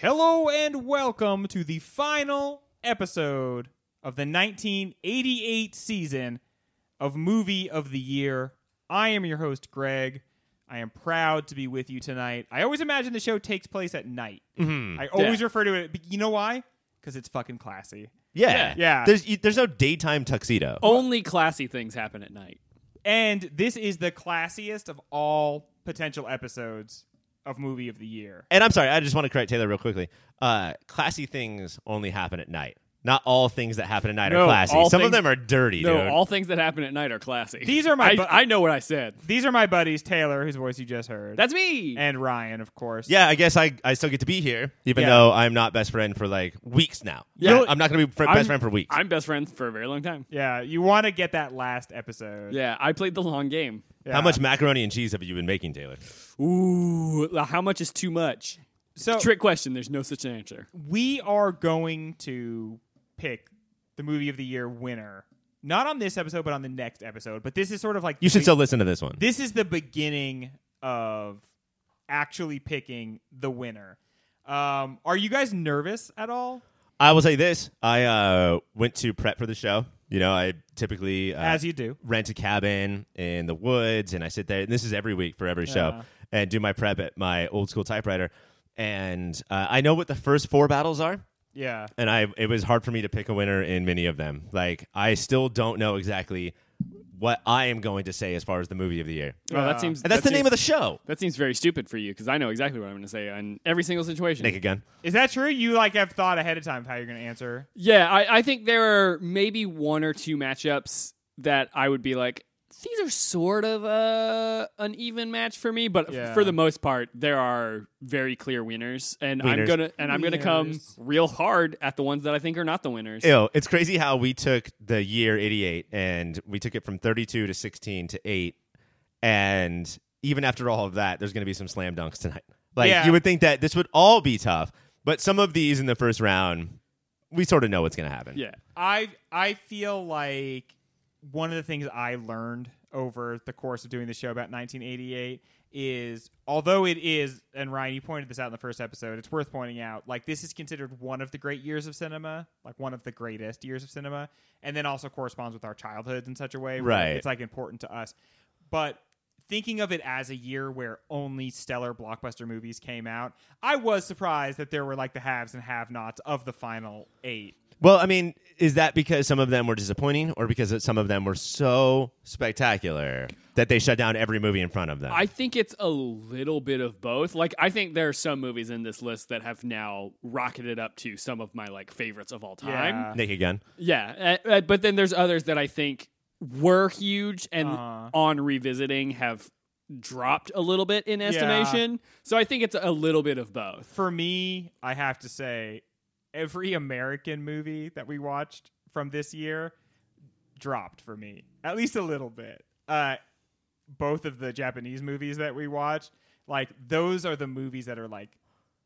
Hello and welcome to the final episode of the 1988 season of Movie of the Year. I am your host, Greg. I am proud to be with you tonight. I always imagine the show takes place at night. I always Mm-hmm. Yeah. refer to it, but you know why? Because it's fucking classy. Yeah. Oh. Yeah. There's you, there's no daytime tuxedo. Only classy things happen at night. And this is the classiest of all potential episodes of Movie of the Year. And I'm sorry, I just want to correct Taylor real quickly. Uh, classy things only happen at night. Not all things that happen at night No, are classy. all Some things- of them are dirty, No, dude. all things that happen at night are classy. These are my I, bu- I know what I said. These are my buddies, Taylor, whose voice you just heard, That's me. and Ryan, of course. yeah, I guess I, I still get to be here, even Yeah. though I'm not best friend for like weeks now. Yeah. I'm not going to be fr- I'm- best friend for weeks. I'm best friends for a very long time. Yeah, you want to get that last episode. Yeah, I played the long game. Yeah. How much macaroni and cheese have you been making, Taylor? Ooh, how much is too much? So Trick question. There's no such answer. we are going to pick the movie of the year winner, not on this episode, but on the next episode. But this is sort of like You should the- still listen to this one. This is the beginning of actually picking the winner. Um, are you guys nervous at all? I will say this: I uh, went to prep for the show. You know, I typically uh, As you do. rent a cabin in the woods, and I sit there. And this is every week for every show, Yeah. and do my prep at my old school typewriter. And uh, I know what the first four battles are, Yeah. and I it was hard for me to pick a winner in many of them. Like I still don't know exactly what I am going to say as far as the movie of the year. Well, that seems. And that's the seems- name of the show. That seems very stupid for you because I know exactly what I'm going to say in every single situation. Naked Gun. Is that true? You like have thought ahead of time how you're going to answer. Yeah, I, I think there are maybe one or two matchups that I would be like, these are sort of a an even match for me, but Yeah. for the most part, there are very clear winners, and I'm Wieners. gonna and I'm gonna come Wieners. real hard at the ones that I think are not the winners. Ew, it's crazy how we took the year 88 and we took it from 32 to 16 to 8. And even after all of that, there's going to be some slam dunks tonight. Like, Yeah. you would think that this would all be tough, but some of these in the first round, we sort of know what's going to happen. yeah, I I feel like one of the things I learned over the course of doing the show about 1988 is although it is and Ryan you pointed this out in the first episode it's worth pointing out like this is considered one of the great years of cinema like one of the greatest years of cinema and then also corresponds with our childhoods in such a way where Right. it's like important to us but thinking of it as a year where only stellar blockbuster movies came out I was surprised that there were like the haves and have-nots of the final 8 Well, I mean, is that because some of them were disappointing or because some of them were so spectacular that they shut down every movie in front of them? I think it's a little bit of both. Like, I think there are some movies in this list that have now rocketed up to some of my like favorites of all time. Yeah. Naked Gun. Yeah, uh, uh, but then there's others that I think were huge and Uh-huh. on revisiting have dropped a little bit in estimation. So I think it's a little bit of both. for me, I have to say, every American movie that we watched from this year dropped for me, at least a little bit. Uh, both of the Japanese movies that we watched, like those are the movies that are like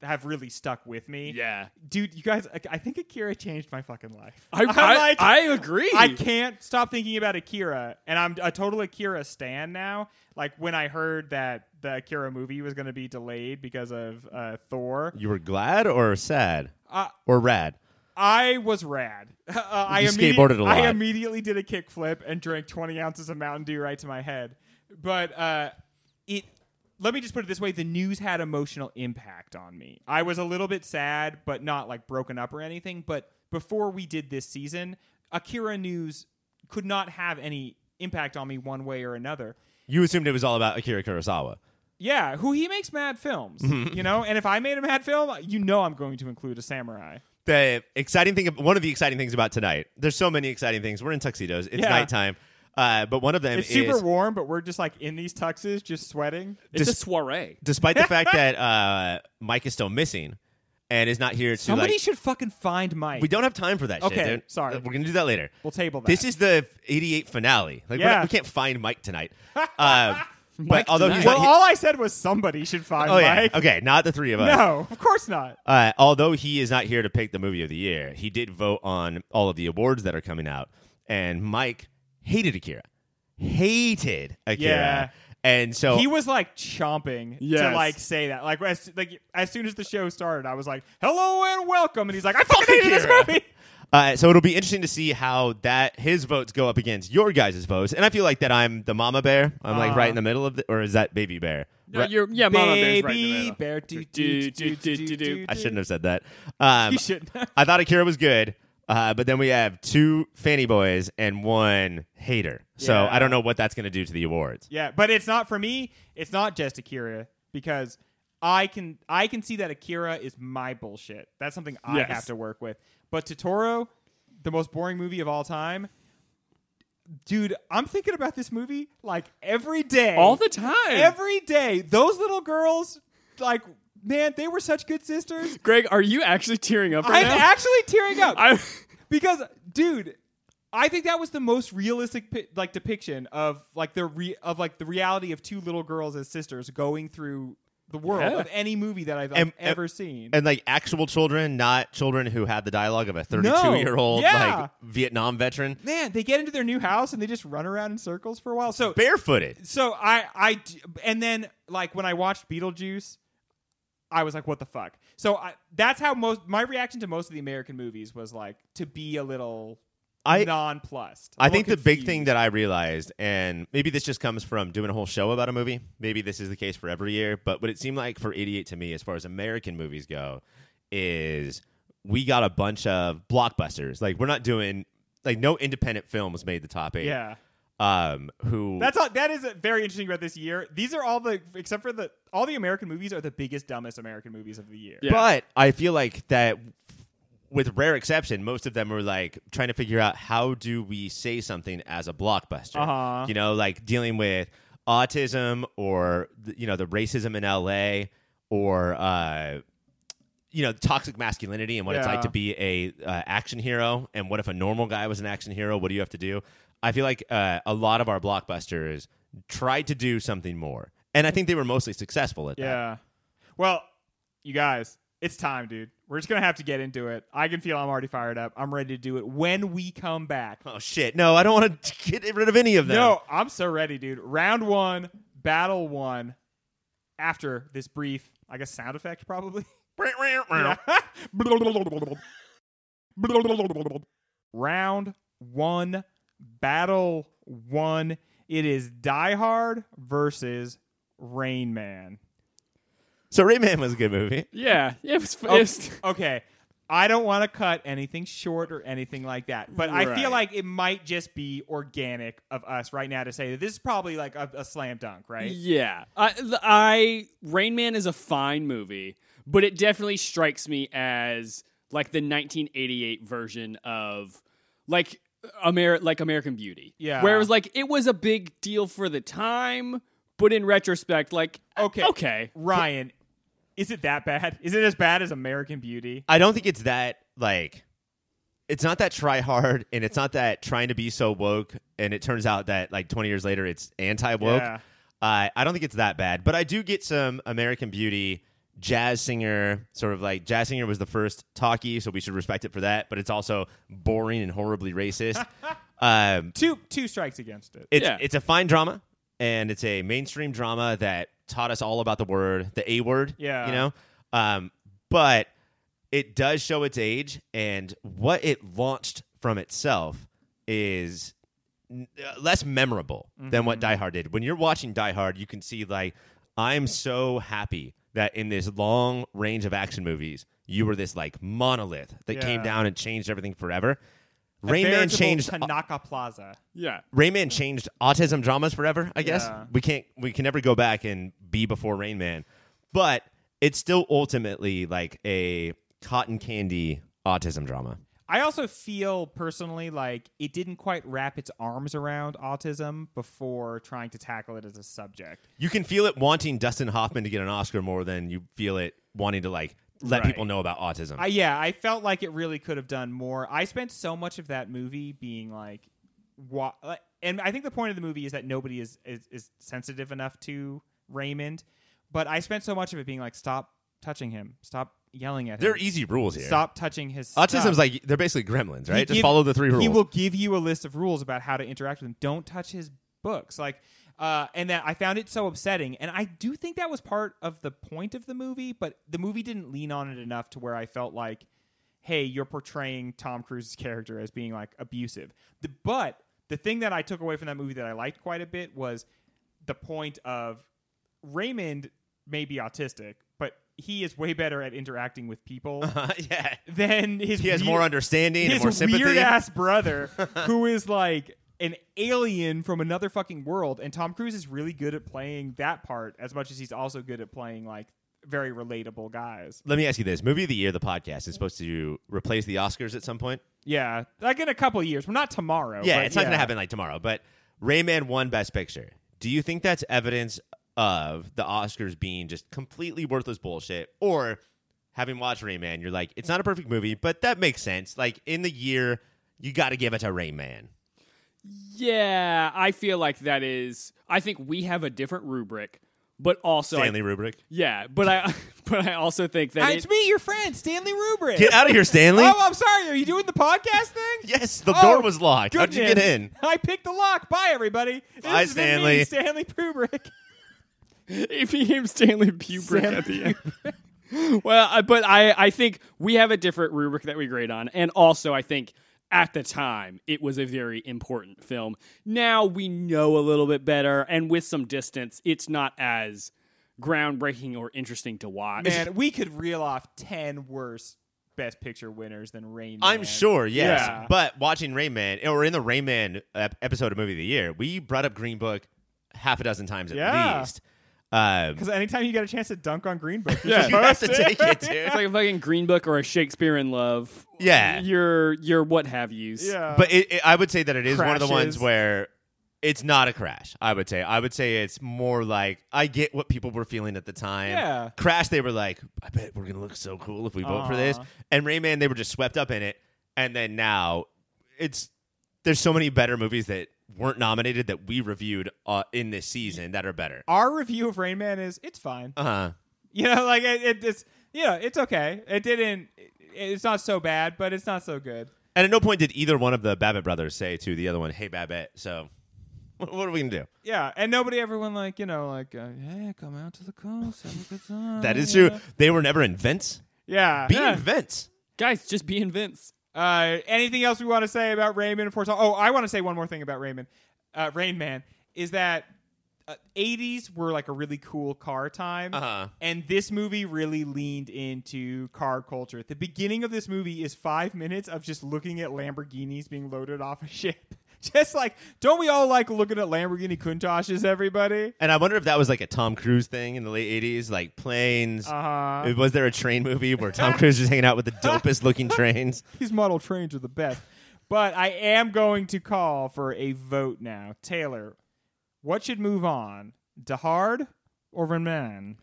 have really stuck with me. Yeah. dude, you guys, I, I think Akira changed my fucking life. I, I'm I, I agree. I can't stop thinking about Akira, and I'm a total Akira stan now. Like when I heard that the Akira movie was going to be delayed because of uh, Thor, You were glad or sad Uh, or rad? I was rad. Uh, I You immedi- skateboarded a lot. I immediately did a kickflip and drank 20 ounces of Mountain Dew right to my head. But uh, it. Let me just put it this way: the news had emotional impact on me. I was a little bit sad, but not like broken up or anything. But before we did this season, Akira news could not have any impact on me one way or another. You assumed it was all about Akira Kurosawa. Yeah, who he makes mad films, you know. And if I made a mad film, you know I'm going to include a samurai. the exciting thing one of the exciting things about tonight there's so many exciting things we're in tuxedos it's Yeah. nighttime uh, but one of them It's is super warm, but we're just like in these tuxes, just sweating. it's a dis- soiree. despite the fact that uh, mike is still missing and is not here to Somebody like, should fucking find Mike. we don't have time for that shit Okay, dude. sorry. we're gonna do that later We'll table that. this is the 88 finale like we're Yeah. not- we can't find mike tonight uh, but although he's well, not all I said was somebody should he- find oh yeah Mike. okay not the three of us No, of course not. Uh, although he is not here to pick the movie of the year, he did vote on all of the awards that are coming out. And Mike hated Akira. Hated Akira. Yeah. And so He was like chomping Yes. to like say that. Like as, like as soon as the show started, I was like, "Hello and welcome," and he's like, "I fucking hated this Akira. movie." Uh, so it'll be interesting to see how that his votes go up against your guys' votes, and I feel like that I'm the mama bear. I'm like right in Uh-huh. the middle of, the, or is that baby bear? No, Right- you're, yeah, Mama Bear's right in the Baby middle. bear, do, do, Do, do, do, do, do. I shouldn't have said that. Um, You shouldn't. I thought Akira was good, uh, but then we have two fanny boys and one hater. So Yeah. I don't know what that's going to do to the awards. yeah, but it's not for me. It's not just Akira because I can I can see that Akira is my bullshit. That's something I Yes. have to work with. But Totoro, the most boring movie of all time. Dude, I'm thinking about this movie like every day. All the time. every day. Those little girls, like, man, they were such good sisters. Greg, are you actually tearing up right I'm now? actually tearing up I- because, dude, I think that was the most realistic pi- like depiction of like the re- of like the reality of two little girls as sisters going through the world Yeah. of any movie that I've like, And- and- ever seen. And like actual children, not children who had the dialogue of a 32 year old Yeah. like Vietnam veteran, man, they get into their new house and they just run around in circles for a while. So barefooted. so I I d- and then like when I watched Beetlejuice, I was like, what the fuck? So I, that's how most my reaction to most of the American movies was like to be a little I- nonplussed. I think the big thing that I realized, and maybe this just comes from doing a whole show about a movie. Maybe this is the case for every year, but what it seemed like for 88 to me, as far as American movies go, is we got a bunch of blockbusters. Like, we're not doing, like, no independent films made the top eight. yeah. Um, who. That's all. That is very interesting about this year. These are all the except for the all the American movies are the biggest dumbest American movies of the year. Yeah. But I feel like that, with rare exception, most of them were like trying to figure out how do we say something as a blockbuster. Uh-huh. You know, like dealing with autism or th- you know the racism in L.A. or uh, you know toxic masculinity and what it's Yeah. like to be a uh, action hero and what if a normal guy was an action hero? What do you have to do? I feel like uh, a lot of our blockbusters tried to do something more, and I think they were mostly successful at that. Yeah. Well, you guys, it's time, dude. We're just gonna have to get into it. I can feel I'm already fired up. I'm ready to do it when we come back. Oh shit! No, I don't want to get rid of any of them. No, I'm so ready, dude. Round one, battle one. After this brief, I guess, sound effect, probably. Round one, battle one. It is Die Hard versus Rain Man. So Rayman was a good movie. yeah, it was. It Oh, was okay. I don't want to cut anything short or anything like that, but I Right. feel like it might just be organic of us right now to say that this is probably like a, a slam dunk, right? Yeah, I, th- I Rain Man is a fine movie, but it definitely strikes me as like the 1988 version of like Amer like American Beauty. Yeah. where it was like it was a big deal for the time, but in retrospect, like Okay. okay, Ryan, is it that bad? Is it as bad as American Beauty? I don't think it's that like it's not that try hard and it's not that trying to be so woke and it turns out that like 20 years later it's anti woke. Yeah. Uh, I don't think it's that bad, but I do get some American Beauty jazz singer sort of like jazz singer was the first talkie, so we should respect it for that. But it's also boring and horribly racist. um, Two two strikes against it. It's Yeah. it's a fine drama, and it's a mainstream drama that taught us all about the word, the A word. Yeah. you know. Um, but it does show its age, and what it launched from itself is n- uh, less memorable than what Mm-hmm. Die Hard did. When you're watching Die Hard, you can see like I'm so happy that in this long range of action movies, you were this like monolith that came Yeah. down and changed everything forever. Rain A Man veritable changed uh, Tanaka Plaza. yeah, Rayman changed autism dramas forever. I guess Yeah. we can't we can never go back and be before Rain Man, but it's still ultimately like a cotton candy autism drama. I also feel personally like it didn't quite wrap its arms around autism before trying to tackle it as a subject. You can feel it wanting Dustin Hoffman to get an Oscar more than you feel it wanting to like let Right. people know about autism. I, yeah, I felt like it really could have done more. I spent so much of that movie being like, wa- like- and I think the point of the movie is that nobody is, is is sensitive enough to Raymond, but I spent so much of it being like, stop touching him, stop yelling at him, there are easy rules here. stop touching his Autism's stuff. like they're basically gremlins, He right? Just give- follow the three rules. He will give you a list of rules about how to interact with him. Don't touch his books. Like uh, and that I found it so upsetting. And I do think that was part of the point of the movie, but the movie didn't lean on it enough to where I felt like, hey, you're portraying Tom Cruise's character as being like abusive. The, but the thing that I took away from that movie that I liked quite a bit was the point of Raymond may be autistic, but he is way better at interacting with people yeah. than his Uh-huh. He has weird- more understanding and his more sympathy. weird ass brother who is like an alien from another fucking world and Tom Cruise is really good at playing that part as much as he's also good at playing like very relatable guys. Let me ask you this: Movie of the Year, the podcast is supposed to replace the Oscars at some point. Yeah, like in a couple of years, well, not tomorrow. Yeah, Oh, but it's not going to happen like tomorrow. But Rayman won Best Picture. Do you think that's evidence of the Oscars being just completely worthless bullshit, or having watched Rayman, you're like, it's not a perfect movie, but that makes sense. Like in the year, you got to give it to Rayman. Yeah, I feel like that is. I think we have a different rubric, but also I- Stanley Rubrick, yeah, but I but I also think that Hi, it- Ah, it's me, your friend Stanley Rubrick. get out of here, Stanley. Oh, I'm sorry. Are you doing the podcast thing? yes, the Oh, door was locked. How'd you get goodness. in? I picked the lock. Bye, everybody. This Bye, has been me, Stanley Stanley. Rubrick. it became Stanley Kubrick Stanley at the end. well, I, but I, I think we have a different rubric that we grade on, and also I think at the time it was a very important film. Now we know a little bit better, and with some distance, it's not as groundbreaking or interesting to watch. Man, we could reel off ten worse Best Picture winners than Rain. I'm Man. sure, yes. Yeah. But watching Rayman, or in the Rayman ep- episode of Movie of the Year, we brought up Green Book half a dozen times at Yeah. least. Um, Because anytime you get a chance to dunk on Green Book, you're Yeah. you have to supposed take it, dude. It's like a fucking Green Book or a Shakespeare in Love. Yeah. you're you're what have yous. yeah. But it, it, I would say that it is one of the Crashes. ones where it's not a crash. I would say. I would say it's more like I get what people were feeling at the time. Yeah. Crash, they were like, I bet we're gonna look so cool if we vote for this. Aw. And Rayman, they were just swept up in it. And then now, it's there's so many better movies that weren't nominated that we reviewed uh, in this season that are better. our review of Rain Man is it's fine. Uh huh. You know, like it, it, it's you know it's okay. It didn't. It, it's not so bad, but it's not so good. And at no point did either one of the Babbitt brothers say to the other one, "Hey, Babbitt." So, what, what are we gonna do? Yeah, and nobody, everyone, like you know, like uh, yeah, come out to the coast, have a good time. That is you true. know? They were never in Vince. Oh, Yeah, Be Yeah. in Vince. guys, just being Vince. Uh, anything else we want to say about Raymond? Of course. Oh, I want to say one more thing about Raymond. Uh, Rain Man is that uh, 80s were like a really cool car time, Uh-huh. and this movie really leaned into car culture. The beginning of this movie is five minutes of just looking at Lamborghinis being loaded off a ship. Just like, don't we all like looking at Lamborghini Cointoshes, everybody? And I wonder if that was like a Tom Cruise thing in the late 80s, like planes. Uh huh. Was there a train movie where Tom Cruise is hanging out with the dopest looking trains? These model trains are the best. But I am going to call for a vote now. Taylor, what should move on? Dehard or Renan?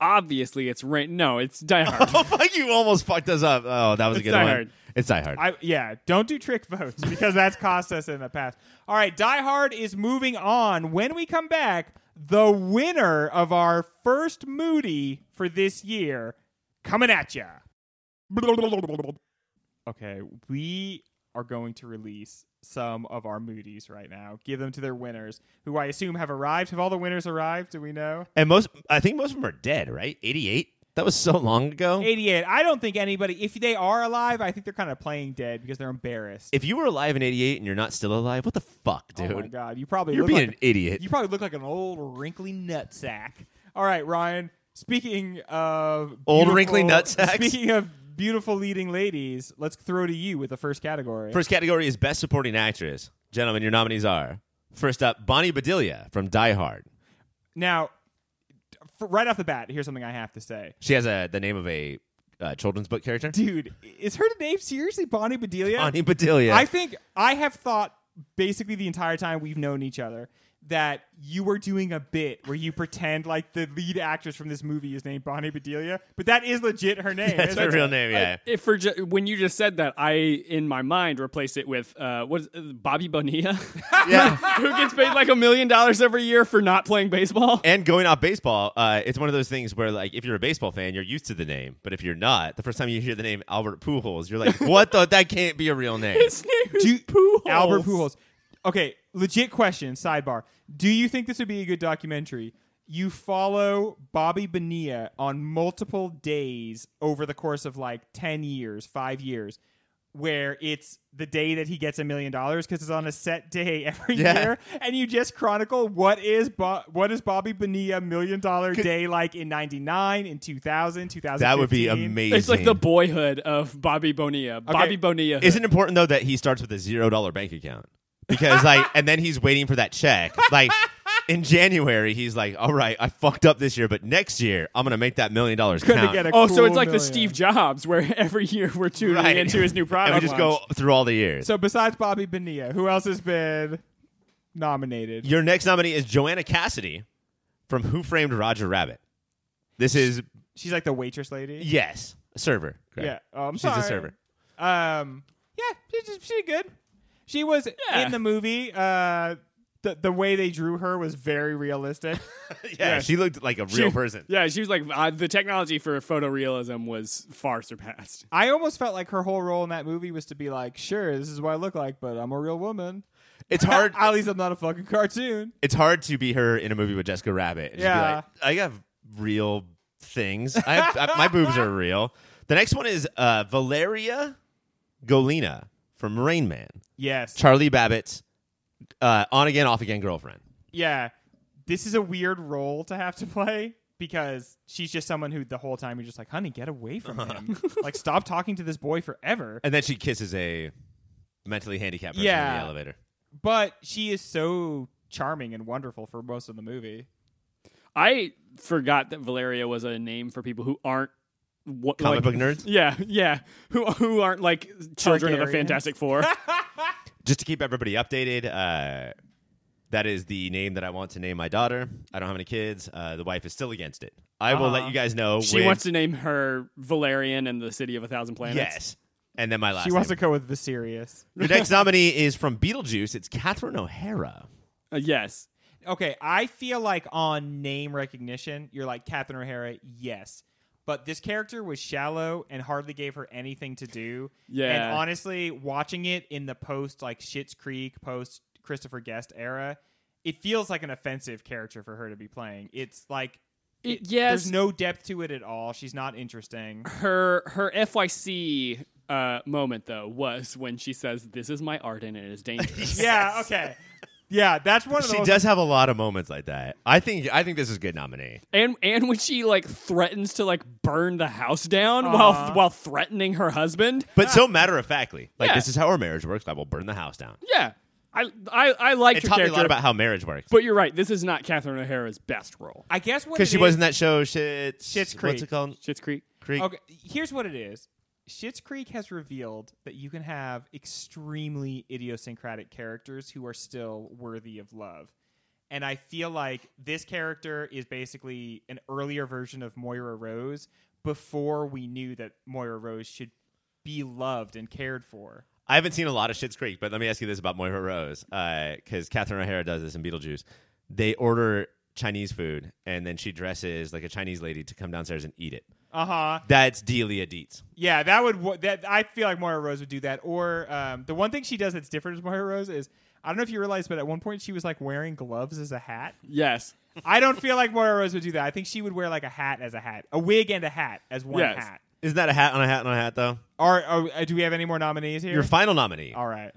Obviously, it's rain. No, it's Die Hard. Oh, fuck, you almost fucked us up. Oh, that was It's a good Die one. Hard. It's Die Hard. I yeah, don't do trick votes because that's cost us in the past. All right, Die Hard is moving on. When we come back, the winner of our first Moody for this year coming at ya. Okay, we are going to release some of our Moody's right now. Give them to their winners, who I assume have arrived. Have all the winners arrived? Do we know? and most, I think most of them are dead, right? 88? That was so long ago. 88. I don't think anybody, if they are alive, I think they're kind of playing dead because they're embarrassed. If you were alive in 88 and you're not still alive, what the fuck, dude? Oh my god, you probably You're look being like an idiot. You probably look like an old wrinkly nutsack. All right, Ryan. Speaking of Old beautiful- wrinkly nutsacks? Speaking of beautiful leading ladies, let's throw to you with the first category. First category is Best Supporting Actress. Gentlemen, your nominees are first up, Bonnie Bedelia from Die Hard. now, f right off the bat, here's something I have to say, She has a the name of a uh, children's book character. dude. Is her name seriously Bonnie Bedelia? Bonnie Bedelia. I think I have thought basically the entire time we've known each other that you were doing a bit where you pretend like the lead actress from this movie is named Bonnie Bedelia, but that is legit her name. That's her It's- real name, yeah. If for ju- when you just said that, I in my mind replaced it with uh, what is, uh, Bobby Bonilla, yeah. who gets paid like a million dollars every year for not playing baseball. And going off baseball, uh, it's one of those things where, like, if you're a baseball fan, you're used to the name. But if you're not, the first time you hear the name Albert Pujols, you're like, "What the? That can't be a real name." His name is Do- Pujols. Albert Pujols. Okay, legit question, sidebar. Do you think this would be a good documentary? You follow Bobby Bonilla on multiple days over the course of like 10 years, five years, where it's the day that he gets a million dollars because it's on a set day every Yeah. year. And you just chronicle what is Bo- what is Bobby Bonilla million dollar day like in 99, in 2000, 2015. That would be amazing. It's like the boyhood of Bobby Bonilla. Bobby Bonilla. Isn't it important though that he starts with a zero dollar bank account because like, and then he's waiting for that check. Like in January, he's like, "All right, I fucked up this year, but next year I'm gonna make that million dollars Couldn't count." get a Oh, so cool it's like the million. Steve Jobs, where every year we're tuning Right. into his new product. and we just go launch. through all the years. So besides Bobby Bonilla, who else has been nominated? Your next nominee is Joanna Cassidy from Who Framed Roger Rabbit. This is She's like the waitress lady. yes, a server. Greg. Yeah, oh, I'm she's sorry. a server. Um, yeah, she's just- she good. She was Yeah. in the movie. Uh, the the way they drew her was very realistic. yeah, she looked like a She- real person. Yeah, she was like uh, the technology for photorealism was far surpassed. I almost felt like her whole role in that movie was to be like, sure, this is what I look like, but I'm a real woman. It's hard. At least I'm not a fucking cartoon. it's hard to be her in a movie with Jessica Rabbit. And just Yeah. be like, I have real things. I have, I, my boobs are real. The next one is uh, Valeria Golina from Rain Man. Yes. Charlie Babbitt's uh, on again, off again girlfriend. yeah, this is a weird role to have to play because she's just someone who the whole time you're just like, honey, get away from him. like, stop talking to this boy forever. And then she kisses a mentally handicapped person in Yeah. the elevator. But she is so charming and wonderful for most of the movie. I forgot that Valeria was a name for people who aren't what, Comic like, book nerds. Yeah, yeah, who who aren't like children of the Targaryens. Fantastic Four. Just to keep everybody updated, uh, that is the name that I want to name my daughter. I don't have any kids. Uh, the wife is still against it. I will let you guys know. Uh-huh. she when- wants to name her Valerian and the City of a Thousand Planets. Yes. And then my last. She wants name. to go with Viserys. The next nominee is from Beetlejuice. It's Catherine O'Hara. Uh, yes. Okay, I feel like on name recognition, you're like Catherine O'Hara, yes. But this character was shallow and hardly gave her anything to do. Yeah. And honestly, watching it in the post like Shits Creek, post Christopher Guest era, it feels like an offensive character for her to be playing. It's like It, there's yes. no depth to it at all. She's not interesting. her her FYC uh, moment though was when she says, "This is my art and it is dangerous." Yeah, okay. Yeah, that's one of the She most does have a lot of moments like that. I think I think this is a good nominee. and and when she like threatens to like burn the house down while while threatening her husband. But so matter of factly. Like Yeah. this is how our marriage works. I will burn the house down. Yeah, I I, I like It her taught me a character, lot about how marriage works. but you're right. This is not Catherine O'Hara's best role. I guess what Because it she is- was in that show shit Schitt's What's Creek. it called? Shit's Creek. Creek. Okay, here's what it is. Schitt's Creek has revealed that you can have extremely idiosyncratic characters who are still worthy of love. And I feel like this character is basically an earlier version of Moira Rose before we knew that Moira Rose should be loved and cared for. I haven't seen a lot of Shit's Creek, but let me ask you this about Moira Rose, because Catherine O'Hara does this in Beetlejuice. They order Chinese food, and then she dresses like a Chinese lady to come downstairs and eat it. Uh huh. That's Delia Dietz. Yeah, that would wa- that I feel like Moira Rose would do that. Or um, the one thing she does that's different as Moira Rose is I don't know if you realize, but at one point she was like wearing gloves as a hat. Yes. I don't feel like Moira Rose would do that. I think she would wear like a hat as a hat, a wig and a hat as one Yes. hat. Isn't that a hat on a hat on a hat though? Or, or, uh, do we have any more nominees here? Your final nominee. All right.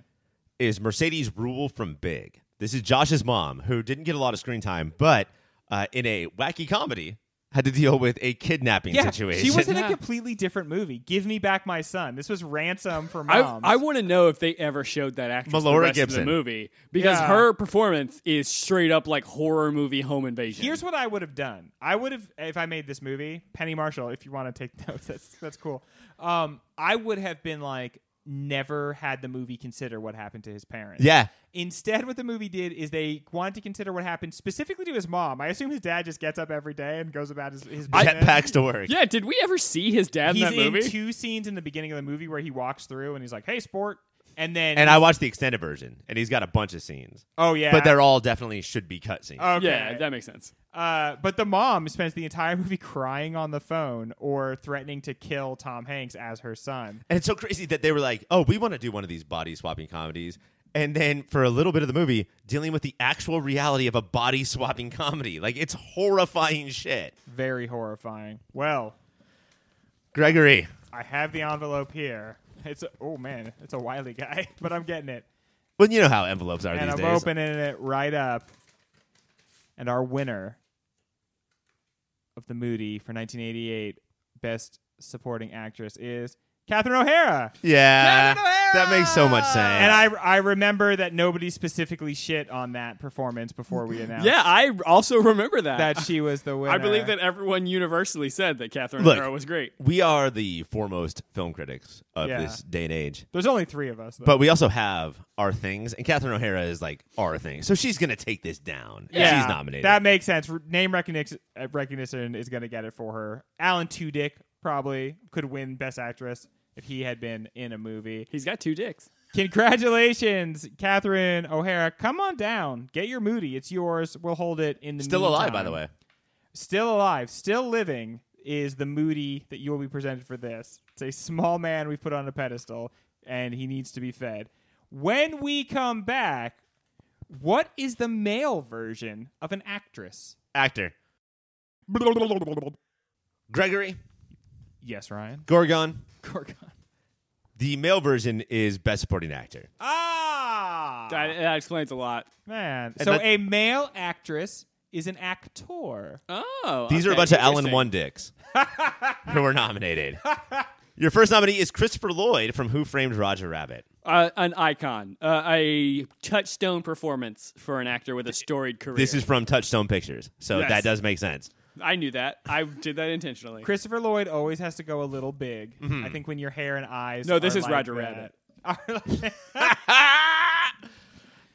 is Mercedes Rule from Big. This is Josh's mom, who didn't get a lot of screen time, but uh, in a wacky comedy, had to deal with a kidnapping Yeah, situation. she was in Yeah. a completely different movie. Give me back my son. This was ransom for I, moms. I want to know if they ever showed that actress the Melora rest of Gibson. the movie because Yeah. her performance is straight up like horror movie home invasion. Here's what I would have done. I would have if I made this movie, Penny Marshall. If you want to take notes, that's that's cool. Um, I would have been like never had the movie consider what happened to his parents. yeah. Instead, what the movie did is they wanted to consider what happened specifically to his mom. I assume his dad just gets up every day and goes about his, his business. Jetpacks to work. yeah, did we ever see his dad He's in that in movie? two scenes in the beginning of the movie where he walks through and he's like, "Hey, sport," and then And I watched the extended version, and he's got a bunch of scenes. oh yeah, Uh, But they're all definitely should be cutscenes. okay. Yeah, that makes sense. uh, but the mom spends the entire movie crying on the phone or threatening to kill Tom Hanks as her son. and it's so crazy that they were like, oh, we want to do one of these body swapping comedies. and then for a little bit of the movie, dealing with the actual reality of a body swapping comedy. Like it's horrifying shit. Very horrifying. Well, Gregory, I have the envelope here. It's a, oh man, it's a wily guy, but I'm getting it, well, you know how envelopes are and these I'm days. opening it right up. And our winner of the Moody for 1988 Best Supporting Actress is Catherine O'Hara. Yeah, Catherine O'Hara! that makes so much sense. And I I remember that nobody specifically shit on that performance before we announced Yeah, I also remember that. that she was the winner. I believe that everyone universally said that Catherine Look. O'Hara was great. we are the foremost film critics of Yeah. this day and age. there's only three of us. Though. But we also have our things, and Catherine O'Hara is like our thing, so she's gonna take this down. if she's nominated. That makes sense. Re- Name recognition, uh, recognition is going to get it for her. Alan Tudyk probably could win Best Actress if he had been in a movie. He's got two dicks. Congratulations, Catherine O'Hara. Come on down. Get your Moody. It's yours. We'll hold it in the Still alive, by meantime. the way. Still alive. Still living is the Moody that you will be presented for this. It's a small man we've put on a pedestal, and he needs to be fed. When we come back, what is the male version of an actress? Actor Gregory Yes, Ryan. Gorgon. Gorgon. The male version is best supporting actor. Ah, That, that explains a lot. man. So that- a male actress is an actor. Oh, These are a okay, bunch of Alan interesting. One dicks who were nominated. Your first nominee is Christopher Lloyd from Who Framed Roger Rabbit. Uh, an icon, uh, a touchstone performance for an actor with a storied career. This is from Touchstone Pictures, so Yes. that does make sense. I knew that. I did that intentionally. Christopher Lloyd always has to go a little big. I think when your hair and eyes. No, this are is like Roger that- Rabbit. are like-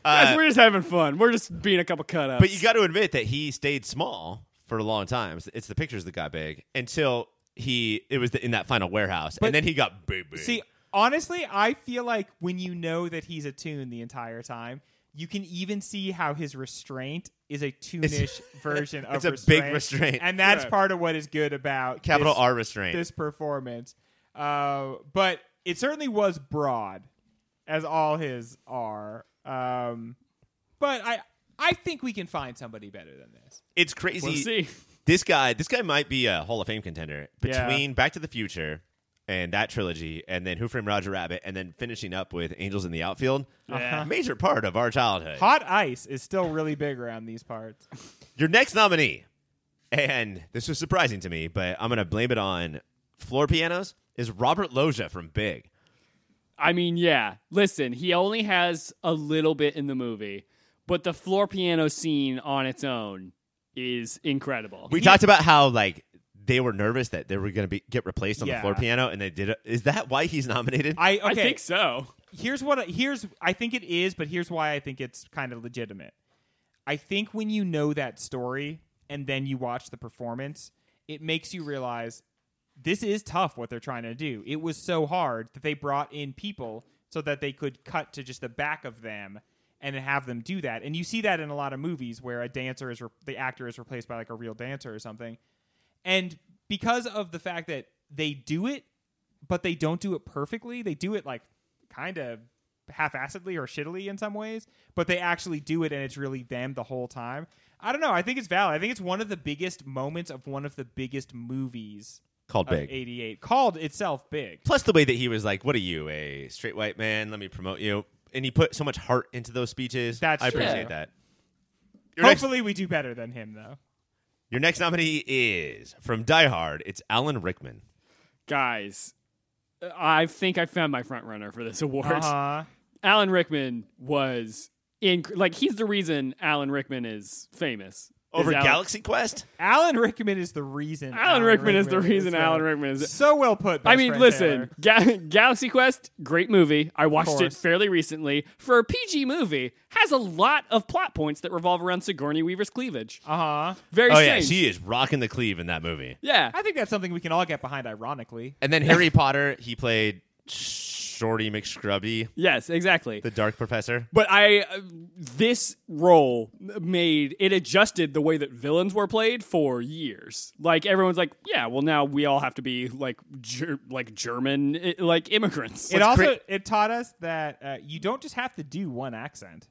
Guys, we're just having fun. We're just being a couple cut ups. Uh, But you got to admit that he stayed small for a long time. It's the pictures that got big until he it was the, in that final warehouse, But- and then he got big. big. See, honestly, I feel like when you know that he's attuned the entire time, you can even see how his restraint is a tune-ish version of it's a big restraint. and that's Yeah. part of what is good about capital this- R restraint. this performance. Uh, but it certainly was broad, as all his are. Um, but I, I think we can find somebody better than this. it's crazy. We'll see. This guy, this guy might be a Hall of Fame contender Yeah. between Back to the Future and that trilogy, and then Who Framed Roger Rabbit, and then finishing up with Angels in the Outfield. Yeah. A major part of our childhood. Hot ice is still really big around these parts. Your next nominee, and this was surprising to me, but I'm gonna blame it on floor pianos. Is Robert Loggia from Big? I mean, yeah. Listen, he only has a little bit in the movie, but the floor piano scene on its own is incredible. We talked about how like they were nervous that they were going to be get replaced on Yeah. the floor piano, and they did. It. Is that why he's nominated? I okay. I think so. here's what here's I think it is, but here's why I think it's kind of legitimate. I think when you know that story and then you watch the performance, it makes you realize this is tough what they're trying to do. It was so hard that they brought in people so that they could cut to just the back of them and have them do that. And you see that in a lot of movies where a dancer is re- the actor is replaced by like a real dancer or something. And because of the fact that they do it, but they don't do it perfectly, they do it like kind of half assedly or shittily in some ways, but they actually do it and it's really them the whole time. I don't know. I think it's valid. I think it's one of the biggest moments of one of the biggest movies Called of Big. 88, called itself Big. Plus the way that he was like, "What are you, a straight white man? Let me promote you." And he put so much heart into those speeches. That's I true. appreciate Yeah. that. Your next, Hopefully, we do better than him, though. your next nominee is from Die Hard. It's Alan Rickman. Guys, I think I found my front runner for this award. Uh-huh. Alan Rickman was in like he's the reason Alan Rickman is famous. Over Is Alan- Galaxy Quest, Alan Rickman is the reason. Alan Rickman is the reason Alan there. Rickman is- so well put. I Best mean, Friend listen, Taylor. Ga- Galaxy Quest, great movie. I watched it course. fairly recently. For a PG movie, has a lot of plot points that revolve around Sigourney Weaver's cleavage. Uh huh. Very oh yeah, strange. she is rocking the cleave in that movie. yeah. I think that's something we can all get behind. Ironically, And then Harry Potter, he played. Sh- Shorty McScrubby, Yes, exactly. the Dark Professor. But I, uh, this role made it adjusted the way that villains were played for years. Like everyone's like, yeah, well now we all have to be like, ger- like German, i- like immigrants. it also crea- it taught us that uh, you don't just have to do one accent.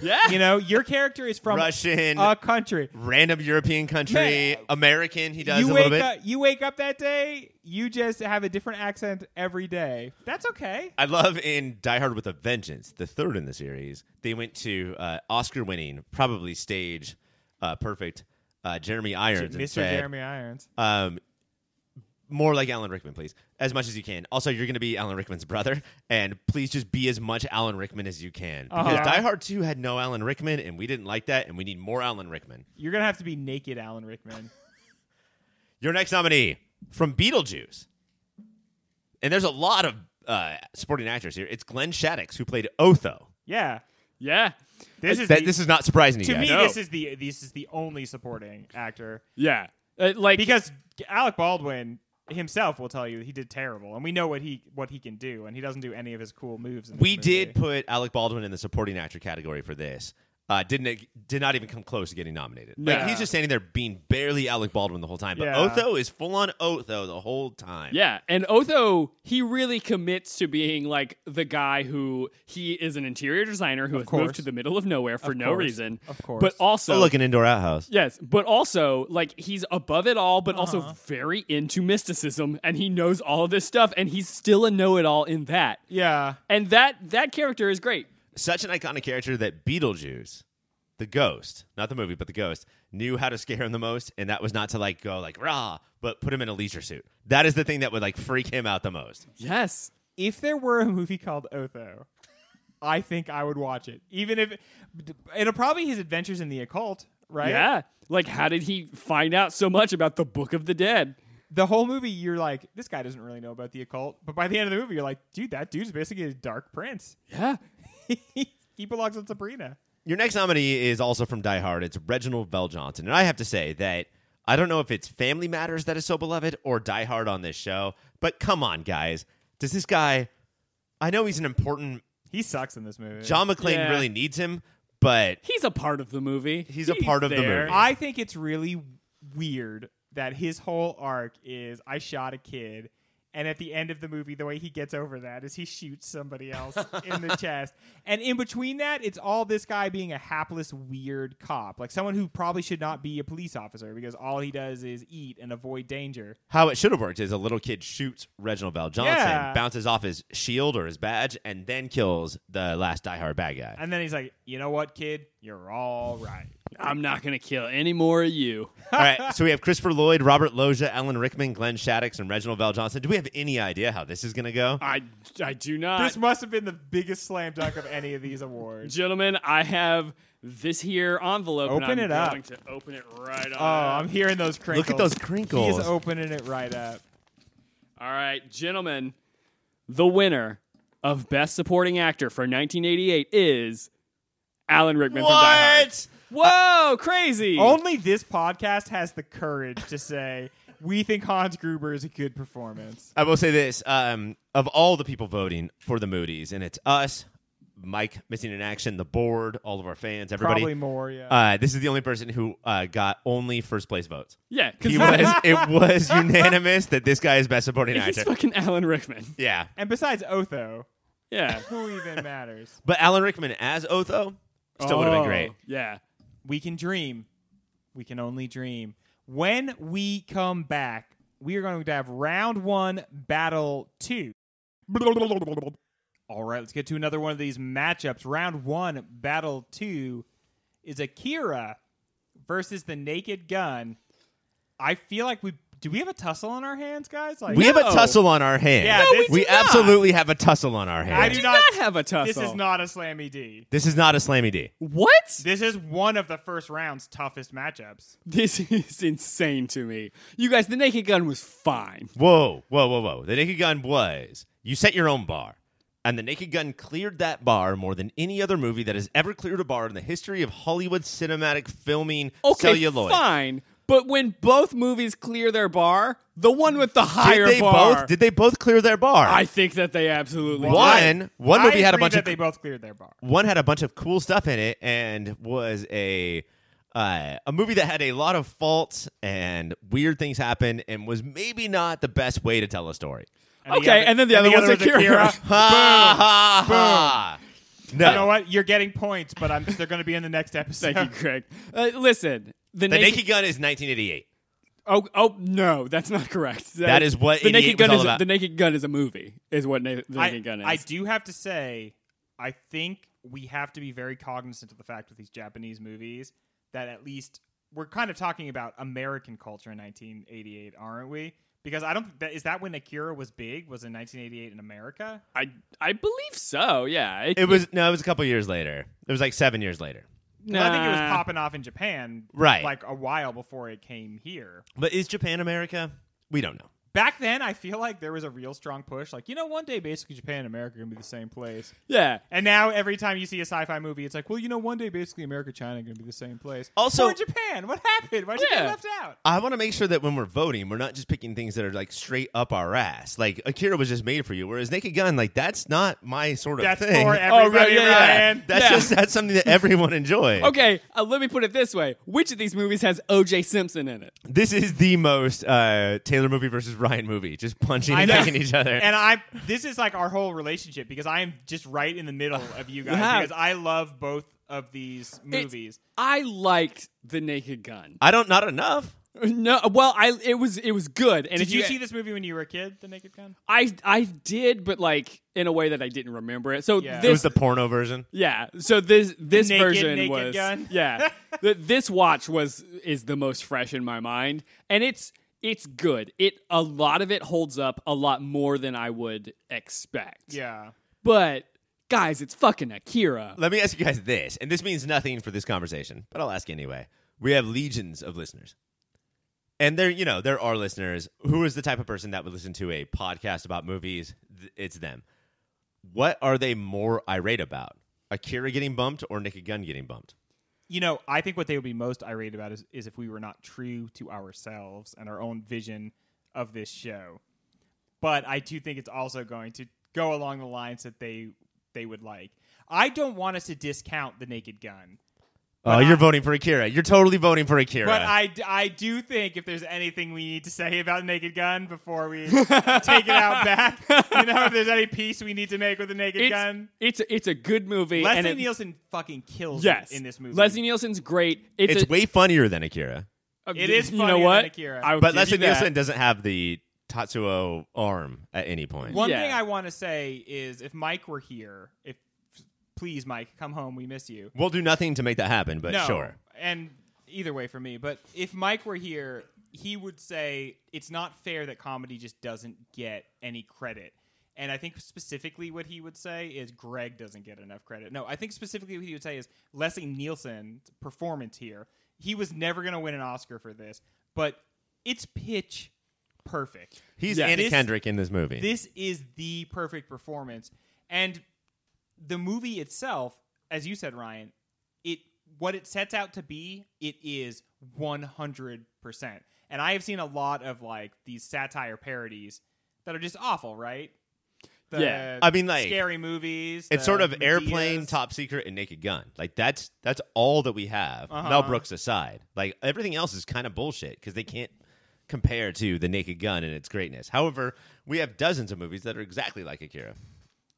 yeah, you know, your character is from Russian. a country. Random European country, Man, American. He does you a wake little up. bit. You wake up that day. You just have a different accent every day. That's okay. I love in Die Hard with a Vengeance, the third in the series, they went to uh, Oscar winning, probably stage uh, perfect, uh, Jeremy Irons. and Mr. said, Jeremy Irons. um, more like Alan Rickman, please, as much as you can. Also, you're going to be Alan Rickman's brother, and please just be as much Alan Rickman as you can. Because Uh-huh. Die Hard 2 had no Alan Rickman, and we didn't like that, and we need more Alan Rickman. You're gonna have to be naked, Alan Rickman. Your next nominee from Beetlejuice, and there's a lot of uh, supporting actors here. It's Glenn Shaddix, who played Otho. Yeah. yeah, This is Uh, That, the- this is not surprising to, to you me. guys. This is the this is the only supporting actor yeah. Uh, like because Alec Baldwin himself will tell you he did terrible, and we know what he what he can do, and he doesn't do any of his cool moves. In this We movie. did put Alec Baldwin in the supporting actor category for this. Uh, didn't did not even come close to getting nominated. Like Yeah. he's just standing there being barely Alec Baldwin the whole time. But Yeah. Otho is full on Otho the whole time. Yeah, and Otho, he really commits to being like the guy who he is an interior designer who has course. moved to the middle of nowhere for Of no course. reason. Of course. But also So look an indoor outhouse. Yes, but also like he's above it all, but Uh-huh. also very into mysticism, and he knows all of this stuff, and he's still a know-it-all in that. Yeah. And that that character is great. Such an iconic character that Beetlejuice, the ghost, not the movie, but the ghost, knew how to scare him the most, and that was not to like go like rah, but put him in a leisure suit. That is the thing that would like freak him out the most. Yes, if there were a movie called Otho, I think I would watch it. Even if it'll probably be his adventures in the occult, right? yeah. Like, how did he find out so much about the Book of the Dead? The whole movie, you're like, this guy doesn't really know about the occult. But by the end of the movie, you're like, dude, that dude's basically a dark prince. Yeah, he belongs on Sabrina. Your next nominee is also from Die Hard. It's Reginald Bell Johnson. And I have to say that I don't know if it's Family Matters that is so beloved or Die Hard on this show, but come on, guys. Does this guy, I know he's an important, He sucks in this movie. John McClane Yeah. really needs him, but he's a part of the movie. He's a part of the there. movie. I think it's really weird that his whole arc is I shot a kid. And at the end of the movie, the way he gets over that is he shoots somebody else in the chest. And in between that, it's all this guy being a hapless, weird cop, like someone who probably should not be a police officer because all he does is eat and avoid danger. how it should have worked is a little kid shoots Reginald Bell Johnson, Yeah. bounces off his shield or his badge, and then kills the last Die Hard bad guy. And then he's like, "You know what, kid? You're all right." I'm not gonna kill any more of you. All right, so we have Christopher Lloyd, Robert Loggia, Alan Rickman, Glenn Shaddix, and Reginald Bell Johnson. Do we have any idea how this is going to go? I I do not. This must have been the biggest slam dunk of any of these awards. Gentlemen, I have this here envelope. and Open I'm it up. Going to open it right Oh, up. I'm hearing those crinkles. Look at those He crinkles. is opening it right up. All right, gentlemen, the winner of Best Supporting Actor for 1988 is Alan Rickman from Die Hard. What? Whoa, crazy! Only this podcast has the courage to say we think Hans Gruber is a good performance. I will say this: um, of all the people voting for the Moody's, and it's us, Mike missing in action, the board, all of our fans, everybody. Probably more, yeah. Uh, this is the only person who uh, got only first place votes. yeah, He because was it was unanimous that this guy is best supporting he's actor. fucking Alan Rickman. Yeah, and besides Otho, Yeah, who even matters? but Alan Rickman as Otho still would have Oh, been great. Yeah, We can dream. We can only dream. When we come back, we are going to have round one, battle two. Oh. All right, let's get to another one of these matchups. Round one, battle two is Akira versus the Naked Gun. I feel like we do we have a tussle on our hands, guys? Like We have a No. tussle on our hands. Yeah, No, this- we we do not. absolutely have a tussle on our I hands. do do not- not, have a tussle. This is not a slammy D. This is not a slammy D. what. This is one of the first round's toughest matchups. This is insane to me. You guys, the Naked Gun was fine. Whoa, whoa, whoa, whoa. The Naked Gun was you set your own bar, and the Naked Gun cleared that bar more than any other movie that has ever cleared a bar in the history of Hollywood cinematic filming Okay, celluloid. fine, But when both movies clear their bar, the one with the higher Did they bar, both? Did they both clear their bar? I think that they absolutely did. one one I movie had a agree bunch that of they both cleared their bar. one had a bunch of cool stuff in it and was a uh, a movie that had a lot of faults and weird things happen and was maybe not the best way to tell a story. the Okay, and then the other one's was Akira. Ha ha ha! No, You know what? You're getting points, but I'm, they're going to be in the next episode. Thank you, Craig. Uh, listen, the the, naked, Naked Gun is 1988. oh oh no, that's not correct. That is what the 88 naked gun was all is. about. The naked gun is a movie. Is what na- the I, naked gun is. I do have to say, I think we have to be very cognizant of the fact with these Japanese movies that at least we're kind of talking about American culture in 1988, aren't we? Because I don't. That, is that when Akira was big? Was in 1988 in America? I I believe so. Yeah. It was no, it was a couple years later. It was like seven years later. But I think it was nah. popping off in Japan, Right. Like a while before it came here. But is Japan America? We don't know. Back then, I feel like there was a real strong push. Like you know, one day basically Japan and America are gonna be the same place. Yeah. And now every time you see a sci-fi movie, it's like, well, you know, one day basically America, China are going to be the same place. Also- Or Japan. What happened? Why did you Yeah. get left out? I want to make sure that when we're voting, we're not just picking things that are like straight up our ass. Like Akira was just made for you, whereas Naked Gun, like that's not my sort of That's thing. for Oh, right, everybody, yeah, yeah. Ryan. That's Yeah. just that's something that everyone enjoys. Okay. Uh, let me put it this way: Which of these movies has O.J. Simpson in it? This is the most uh, Taylor movie versus Ryan movie, just punching and know. kicking each other. And I, this is like our whole relationship because I am just right in the middle of you guys Yeah. because I love both of these movies. I liked the Naked Gun. I don't not enough. No, well, I it was it was good. And did if you, see this movie when you were a kid, The Naked Gun? I I did, but like in a way that I didn't remember it. So Yeah. this It was the porno version. yeah. So this this naked, version naked was gun. yeah. Th- this watch was is the most fresh in my mind, and it's it's good. It a lot of it holds up a lot more than I would expect. Yeah. But guys, it's fucking Akira. Let me ask you guys this, and this means nothing for this conversation, but I'll ask anyway. We have legions of listeners. And there, you know, there are listeners who is the type of person that would listen to a podcast about movies. Th- It's them. What are they more irate about? Akira getting bumped or Naked Gun getting bumped? You know, I think what they would be most irate about is, is if we were not true to ourselves and our own vision of this show. But I do think it's also going to go along the lines that they they would like. I don't want us to discount the Naked Gun, oh, you're voting for Akira. You're totally voting for Akira. but I, d- I do think if there's anything we need to say about the Naked Gun before we take it out back, you know, if there's any piece we need to make with the Naked It's Gun, it's it's a good movie. and Leslie it- Nielsen fucking kills it Yes, in this movie. Leslie Nielsen's great. It's, it's a, way funnier than Akira. a- It is You funnier know than what? Akira. I would But give you Leslie that. Nielsen doesn't have the Tatsuo arm at any point. One Yeah. thing I want to say is if Mike were here, if please Mike, come home, we miss you. We'll do nothing to make that happen, but no, sure. And either way for me, but if Mike were here, he would say it's not fair that comedy just doesn't get any credit. And I think specifically what he would say is Greg doesn't get enough credit. No, I think specifically what he would say is Leslie Nielsen's performance here. He was never going to win an Oscar for this, but it's pitch perfect. He's Yeah. Anna This- Kendrick in this movie. This is the perfect performance. And the movie itself, as you said, Ryan, it what it sets out to be, it is 100%. And I have seen a lot of like these satire parodies that are just awful, right? The Yeah. I mean, like, scary movies. It's the sort Uh, of airplane, Medias. top secret, and naked gun. Like that's that's all that we have. Uh-huh. Mel Brooks aside, like everything else is kind of bullshit because they can't compare to the Naked Gun and its greatness. However, we have dozens of movies that are exactly like Akira.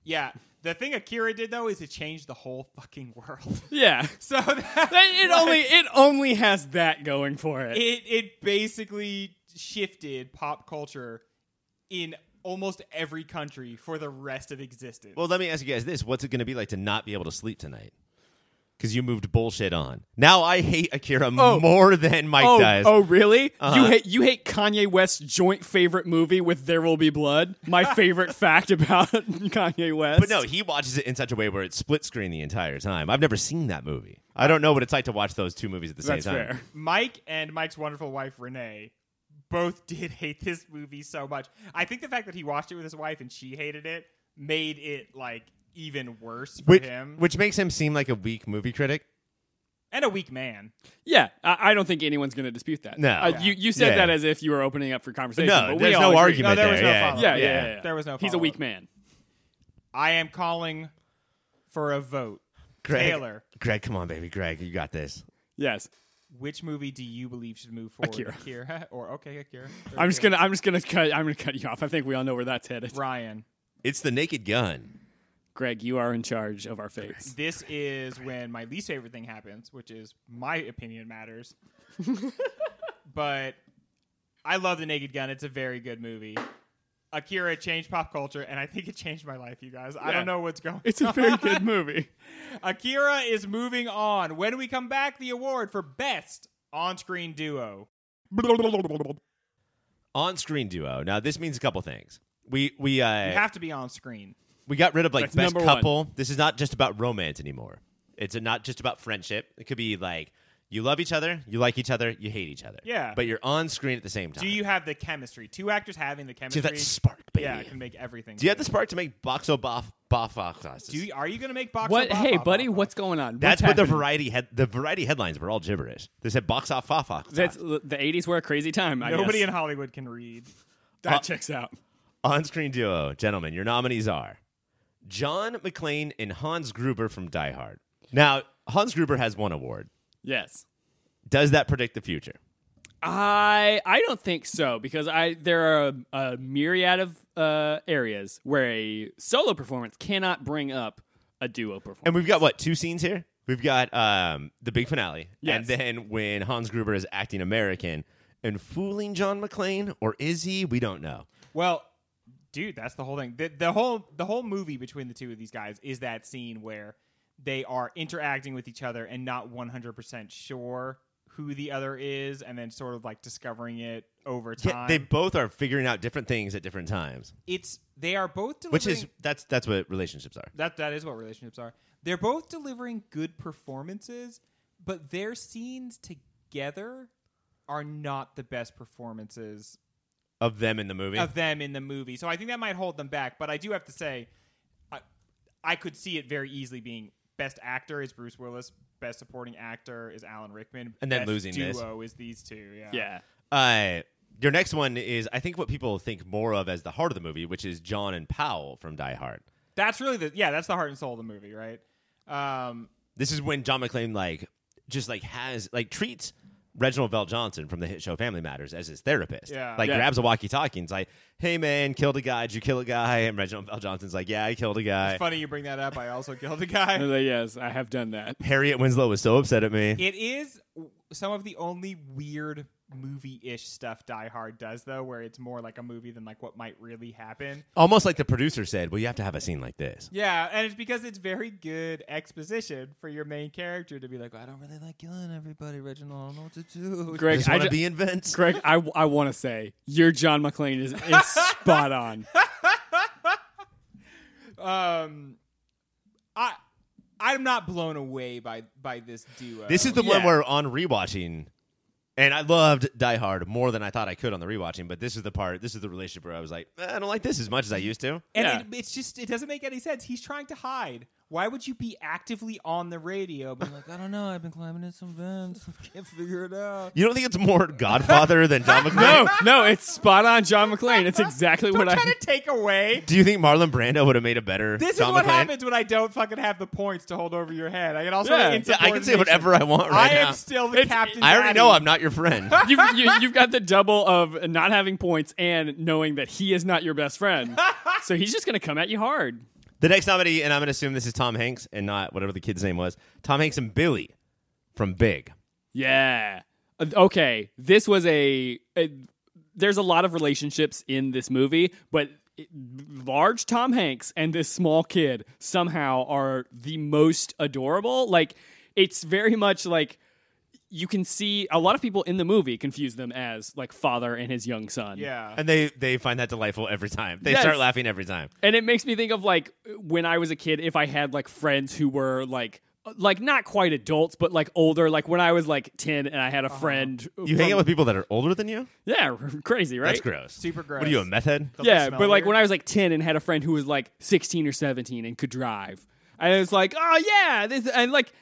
Yeah. The thing Akira did though is it changed the whole fucking world. Yeah. so that, It only it only has that going for it. it it basically shifted pop culture in almost every country for the rest of existence. Well, let me ask you guys this: What's it going to be like to not be able to sleep tonight? Because you moved bullshit on. Now I hate Akira Oh. more than Mike oh, does. oh, really? You Uh-huh. hate you hate Kanye West's joint favorite movie with There Will Be Blood. My favorite fact about Kanye West. But no, he watches it in such a way where it's split screen the entire time. I've never seen that movie. I don't know what it's like to watch those two movies at the that's same time. fair. Mike and Mike's wonderful wife Renee both did hate this movie so much. I think the fact that he watched it with his wife and she hated it made it like even worse for which, him. which makes him seem like a weak movie critic. and a weak man. Yeah, I, I don't think anyone's going to dispute that. No. Uh, you you said Yeah. that as if you were opening up for conversation. No, but we there's all no agree. Oh, argument. No, there was no there, yeah. follow. Yeah, yeah, yeah, yeah. There was no He's a weak follow-up. man. I am calling for a vote. Greg, Taylor, Greg, come on, baby. Greg, you got this. Yes, which movie do you believe should move forward? Akira. or okay, Akira. Or I'm just Akira. gonna I'm just gonna cut I'm gonna cut you off. I think we all know where that's headed. Ryan. It's the Naked Gun. Greg, you are in charge of our fates. This is when my least favorite thing happens, which is my opinion matters. but I love The Naked Gun. It's a very good movie. Akira changed pop culture, and I think it changed my life, you guys. I Yeah. don't know what's going It's a very good movie. Akira is moving on. When we come back, the award for Best On Screen Duo. On-screen duo. Now, this means a couple things. We we You uh, have to be on screen. we got rid of like That's best number one. couple. This is not just about romance anymore. It's not just about friendship. It could be like you love each other, you like each other, you hate each other. Yeah. But you're on screen at the same time. Do you have the chemistry? Two actors having the Do chemistry. you have that spark, baby? yeah, it can make everything. Do you have the good. spark to make boxo boff boff boff classes? Do you, are you going to make box? What? Office Hey, Bob buddy, Bob Bob? what's going on? That's What's what the happening? variety had. The variety headlines were all gibberish. They said box off off off. That's the '80s were a crazy time. I Nobody guess. in Hollywood can read. that checks out. on screen duo, gentlemen. Your nominees are John McClane and Hans Gruber from Die Hard. Now Hans Gruber has one award. Yes. Does that predict the future? Uh, I I don't think so because I there are a, a myriad of uh, areas where a solo performance cannot bring up a duo performance. And we've got what two scenes here? We've got um, the big finale, and Yes. then when Hans Gruber is acting American and fooling John McClane, or is he? We don't know. Well, dude, that's the whole thing. The, the whole the whole movie between the two of these guys is that scene where they are interacting with each other and not 100% sure who the other is and then sort of like discovering it over Yeah, time. they both are figuring out different things at different times, it's they are both delivering which is that's that's what relationships are. that that is what relationships are. They're both delivering good performances, but their scenes together are not the best performances of them in the movie. of them in the movie. So I think that might hold them back. But I do have to say, I, I could see it very easily being best actor is Bruce Willis, best supporting actor is Alan Rickman, And then best losing this. duo is these two. Yeah. yeah. Uh, your next one is, I think, what people think more of as the heart of the movie, which is John and Powell from Die Hard. that's really the yeah that's the heart and soul of the movie, right? Um, This is when John McClane like just like has like treats Reginald Vell Johnson from the hit show Family Matters as his therapist. Yeah. like Yeah. grabs a walkie-talkie and's like, "Hey man, killed a guy. Did you kill a guy?" And Reginald Vell Johnson's like, "Yeah, I killed a guy." it's funny you bring that up. I also killed a guy. Uh, Yes, I have done that. Harriet Winslow was so upset at me. It is w- some of the only weird movie-ish stuff Die Hard does, though, where it's more like a movie than like what might really happen. Almost like the producer said, "Well, you have to have a scene like this." Yeah, and it's because it's very good exposition for your main character to be like, I don't really like killing everybody, Reginald. I don't know what to do. Greg, just I want to ju- be in Vince. Greg, I, I want to say your John McClane is, is spot on. Um, I I'm not blown away by by this duo. This is the one Yeah. where on rewatching, and I loved Die Hard more than I thought I could on the rewatching. But this is the part. This is the relationship where I was like, "Eh, I don't like this as much as I used to. and Yeah. it, it's just it doesn't make any sense. He's trying to hide. Why would you be actively on the radio? Being like, I don't know. I've been climbing in some vents. I can't figure it out. You don't think it's more Godfather than John McClane? No, no, it's spot on John McClane. It's exactly Don't what try to I. take away. Do you think Marlon Brando would have made a better? This John is what McClane? happens when I don't fucking have the points to hold over your head. I can also Yeah, I Yeah. can say insubordination. whatever I want right I now. am still the It's- captain. I already daddy. know I'm not your friend. You've, you, you've got the double of not having points and knowing that he is not your best friend. So he's just going to come at you hard. the next nominee, and I'm going to assume this is Tom Hanks and not whatever the kid's name was. Tom Hanks and Billy from Big. Yeah. Uh, Okay. This was a, a- There's a lot of relationships in this movie, but it- large Tom Hanks and this small kid somehow are the most adorable. Like, it's very much like you can see a lot of people in the movie confuse them as like father and his young son. Yeah. And they they find that delightful every time. They Yes. start laughing every time. and it makes me think of like when I was a kid, if I had like friends who were like like not quite adults, but like older, like when I was like ten and I had a friend. Uh-huh. You hang out with people that are older than you. yeah, crazy, right? That's gross. Super What are you a gross. meth head? Yeah, smell but like weird. when I was like ten and had a friend who was like sixteen or seventeen and could drive, I was like, oh yeah, this and like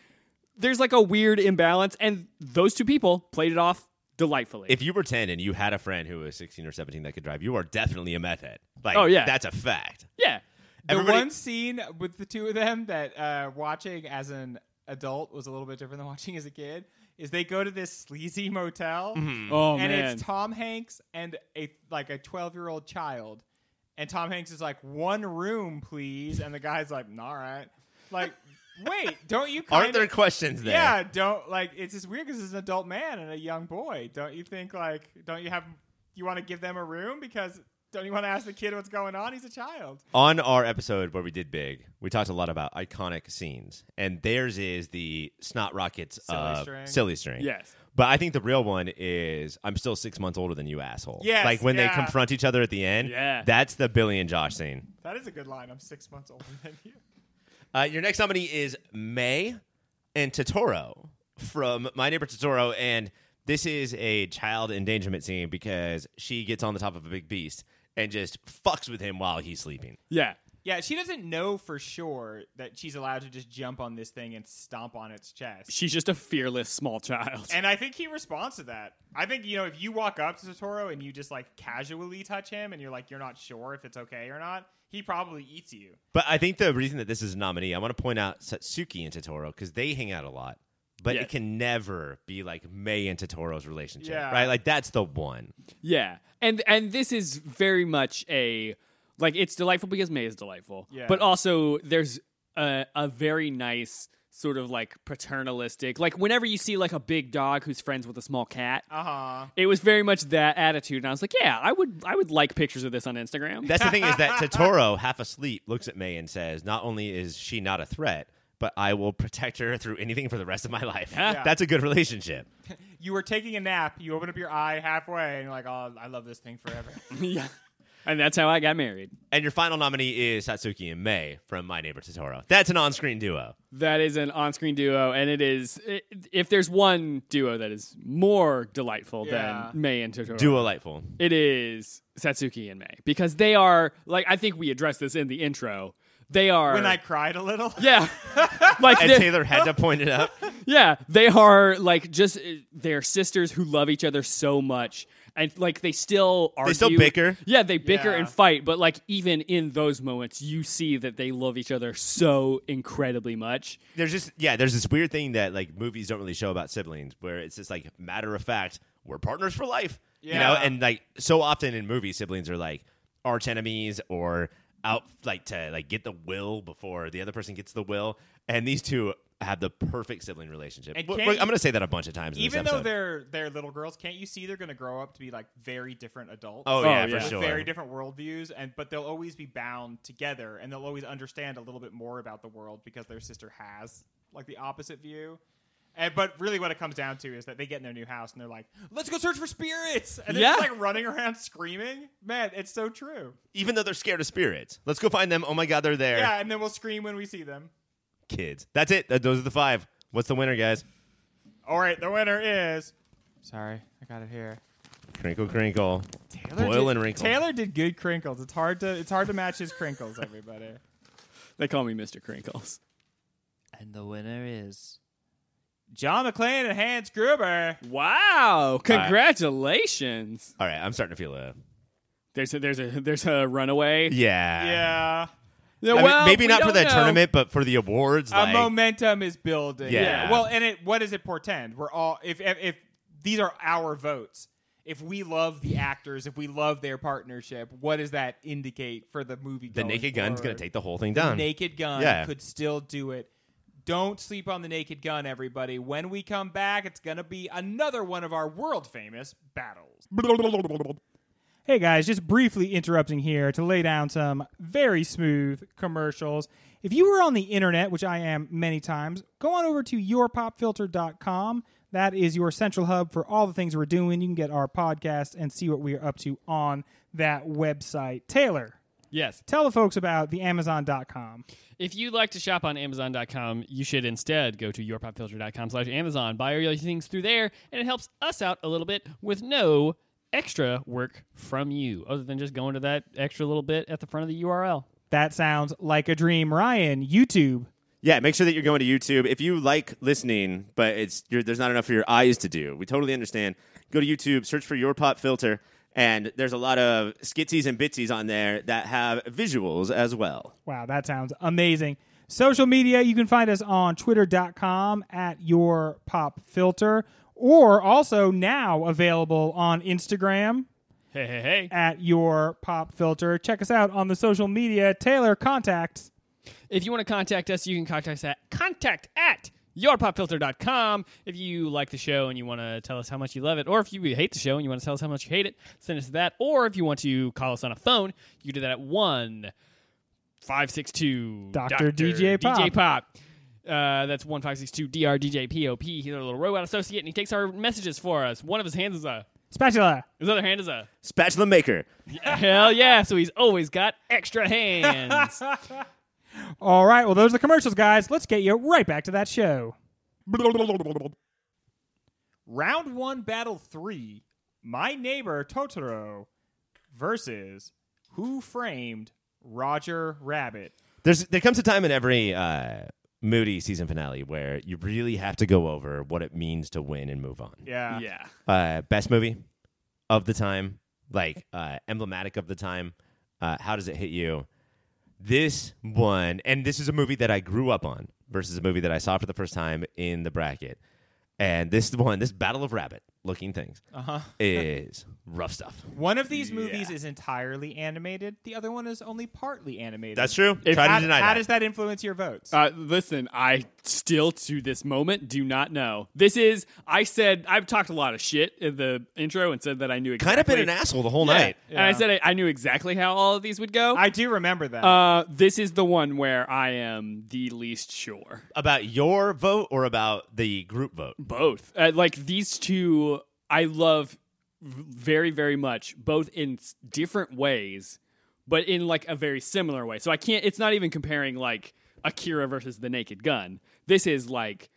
there's like a weird imbalance, and those two people played it off delightfully. If you were 10 and you had a friend who was 16 or 17 that could drive, you are definitely a meth head. Like, Oh, yeah. That's a fact. yeah, The Everybody- one scene with the two of them that uh, watching as an adult was a little bit different than watching as a kid is they go to this sleazy motel, Mm-hmm. oh and man, it's Tom Hanks and a like a twelve year old child, and Tom Hanks is like one room, please, and the guy's like, all right, like wait, don't you? Kind Aren't there questions there? Yeah, don't like it's just weird because it's an adult man and a young boy. Don't you think like don't you have you want to give them a room because don't you want to ask the kid what's going on? He's a child. On our episode where we did Big, we talked a lot about iconic scenes, and theirs is the Snot Rockets Silly of String. Silly String. Yes. But I think the real one is I'm still six months older than you, asshole. Yes, Like when they yeah. confront each other at the end. Yeah. That's the Billy and Josh scene. That is a good line. I'm six months older than you. Uh, your next nominee is May and Totoro from My Neighbor Totoro, and this is a child endangerment scene because she gets on the top of a big beast and just fucks with him while he's sleeping. yeah. Yeah, she doesn't know for sure that she's allowed to just jump on this thing and stomp on its chest. She's just a fearless small child. and I think he responds to that. I think you know if you walk up to Totoro and you just like casually touch him and you're like you're not sure if it's okay or not, he probably eats you. But I think the reason that this is a nominee, I want to point out Satsuki and Totoro because they hang out a lot, but Yeah. it can never be like May and Totoro's relationship, Yeah. right? Like that's the one. Yeah, and and this is very much a like it's delightful because May is delightful, Yeah. but also there's a, a very nice sort of like paternalistic like whenever you see like a big dog who's friends with a small cat. Uh huh. It was very much that attitude, and I was like, "Yeah, I would, I would like pictures of this on Instagram." That's the thing is that Totoro, half asleep, looks at May and says, "Not only is she not a threat, but I will protect her through anything for the rest of my life." Yeah. That's a good relationship. you were taking a nap, you open up your eye halfway, and you're like, oh, I love this thing forever. yeah, and that's how I got married. And your final nominee is Satsuki and May from My Neighbor Totoro. That's an on-screen duo. That is an on-screen duo, and it is i if there's one duo that is more delightful Yeah. than May and Totoro. Duo lightful. it is Satsuki and May because they are like I think we addressed this in the intro. They are when I cried a little. yeah, like And they- Taylor had to point it up. yeah, they are like just uh, they're sisters who love each other so much, and like they still argue. still bicker. Yeah, they bicker Yeah. and fight, but like even in those moments, you see that they love each other so incredibly much. There's just yeah, there's this weird thing that like movies don't really show about siblings where it's just like matter of fact, we're partners for life. You know, Yeah. and like so often in movies siblings are like arch enemies or out like to like get the will before the other person gets the will. And these two have the perfect sibling relationship. And Well, can't we're- you- I'm gonna say that a bunch of times. In this Even though episode. they're they're little girls, can't you see they're going to grow up to be like very different adults? Oh, Oh, yeah, yeah. for with sure. very different worldviews, and but they'll always be bound together, and they'll always understand a little bit more about the world because their sister has like the opposite view. And, but really, what it comes down to is that they get in their new house and they're like, "Let's go search for spirits," and they're just Yeah. like running around screaming. Man, it's so true. Even though they're scared of spirits. Let's go find them. Oh my god, they're there. Yeah, and then we'll scream when we see them. Kids. That's it. Th- Those are the five. What's the winner, guys? All right, the winner is. Sorry, I got it here. Crinkle crinkle. Taylor Boil did, and wrinkle. Taylor did good crinkles. It's hard to it's hard to match his crinkles, everybody. They call me Mister Crinkles. And the winner is. John McClane and Hans Gruber. Wow! Congratulations. All right, I'm starting to feel a There's a there's a there's a runaway. yeah. Yeah, Yeah, I mean, well, maybe we not for don't the know. tournament, but for the awards. a like, momentum is building. Yeah. Well, and it what does it portend? We're all if, if if these are our votes. If we love the actors, if we love their partnership, what does that indicate for the movie? the going Naked Gun's going forward? to take the whole thing The down. Naked Gun Yeah. could still do it. Don't sleep on the Naked Gun, everybody. When we come back, it's going to be another one of our world famous battles. Hey guys, just briefly interrupting here to lay down some very smooth commercials. If you were on the internet, which I am many times, go on over to yourpopfilter.com. That is your central hub for all the things we're doing. You can get our podcast and see what we are up to on that website. Taylor, Yes. tell the folks about the amazon.com If you'd like to shop on Amazon.com, you should instead go to yourpopfilter.com slash Amazon. Buy all your things through there, and it helps us out a little bit with no extra work from you, other than just going to that extra little bit at the front of the URL. that sounds like a dream ryan youtube Yeah, make sure that you're going to YouTube. If you like listening, but it's you're, there's not enough for your eyes to do, we totally understand. Go to YouTube, search for Your Pop Filter, and there's a lot of skitsies and bitsies on there that have visuals as well. Wow, that sounds amazing. Social media, you can find us on twitter.com at your pop filter or also now available on Instagram Hey, hey, hey. at your pop filter. Check us out on the social media. Taylor, contact. If you want to contact us, you can contact us at contact at yourpopfilter.com. If you like the show and you want to tell us how much you love it, or if you hate the show and you want to tell us how much you hate it, send us that. Or if you want to call us on a phone, you can do that at 1 562 Dr. DJ Pop. DJ Pop. Uh, that's one five six two DRDJPOP. He's our little robot associate, and he takes our messages for us. One of his hands is a, Spatula. his other hand is a Spatula Maker. hell yeah. So he's always got extra hands. All right, well, those are the commercials, guys. Let's get you right back to that show. Round one, battle three. My neighbor Totoro versus Who Framed Roger Rabbit. There's there comes a time in every uh, Moody season finale where you really have to go over what it means to win and move on. Yeah. yeah. uh, best movie of the time, like uh, emblematic of the time. Uh, how does it hit you? This one, and this is a movie that I grew up on versus a movie that I saw for the first time in the bracket. And this one, this Battle of Rabbit looking things, uh-huh. is rough stuff. One of these movies is entirely animated. The other one is only partly animated. true. If- Try How, to deny how that. does that influence your votes? Uh, listen, I still to this moment do not know. This is I said I've talked a lot of shit in the intro and said that I knew exactly. kind of been an asshole the whole Yeah. night. and I Yeah. said I, I knew exactly how all of these would go. I do remember that. uh, this is the one where I am the least sure. About your vote or about the group vote? both uh, like these two i love v- very very much both in s- different ways but in like a very similar way so i can't it's not even comparing like akira versus the naked gun this is like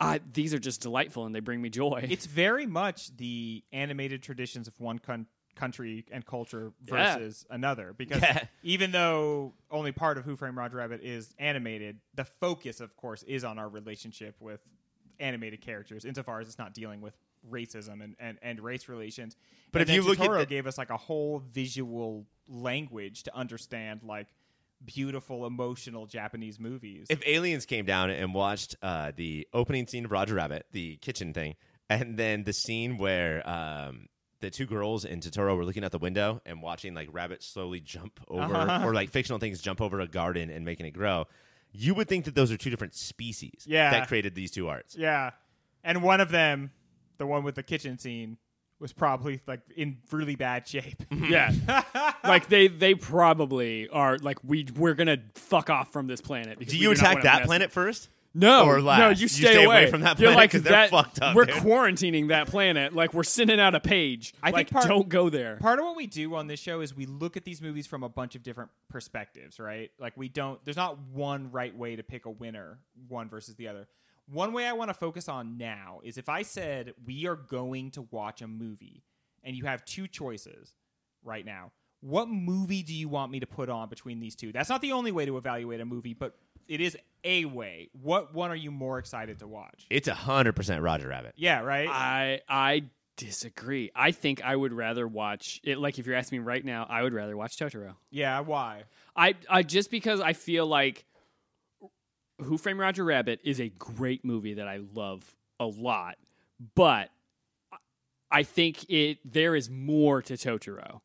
uh, these are just delightful and they bring me joy it's very much the animated traditions of one coun country and culture Yeah. versus another because Yeah. even though only part of who framed roger rabbit is animated the focus of course is on our relationship with animated characters insofar as it's not dealing with racism and, and, and race relations But And if then you look at Totoro the- gave us like a whole visual language to understand like beautiful emotional japanese movies if aliens came down and watched uh, the opening scene of Roger Rabbit, the kitchen thing, and then the scene where um, the two girls in Totoro were looking out the window and watching like rabbits slowly jump over, Uh-huh. or like fictional things jump over a garden and making it grow, you would think that those are two different species Yeah. that created these two arts. Yeah. And one of them, the one with the kitchen scene, was probably like in really bad shape. yeah like they they probably are like we we're gonna fuck off from this planet because Do we you do not wanna attack that mess- planet first? no or last? no you You stay, stay away from that You're planet like 'cause they're that- fucked up, we're dude. quarantining that planet like we're sending out a page I think like part- don't go there Part of what we do on this show is we look at these movies from a bunch of different perspectives, right? Like we don't there's not one right way to pick a winner, one versus the other. One way I want to focus on now is if I said we are going to watch a movie and you have two choices right now. What movie do you want me to put on between these two? That's not the only way to evaluate a movie, but it is a way. What one are you more excited to watch? It's hundred percent Roger Rabbit. Yeah, right? I I disagree. I think I would rather watch it. Like if you're asking me right now, I would rather watch Totoro. yeah, why? I I just because I feel like Who Framed Roger Rabbit is a great movie that I love a lot, but I- I think it there is more to Totoro,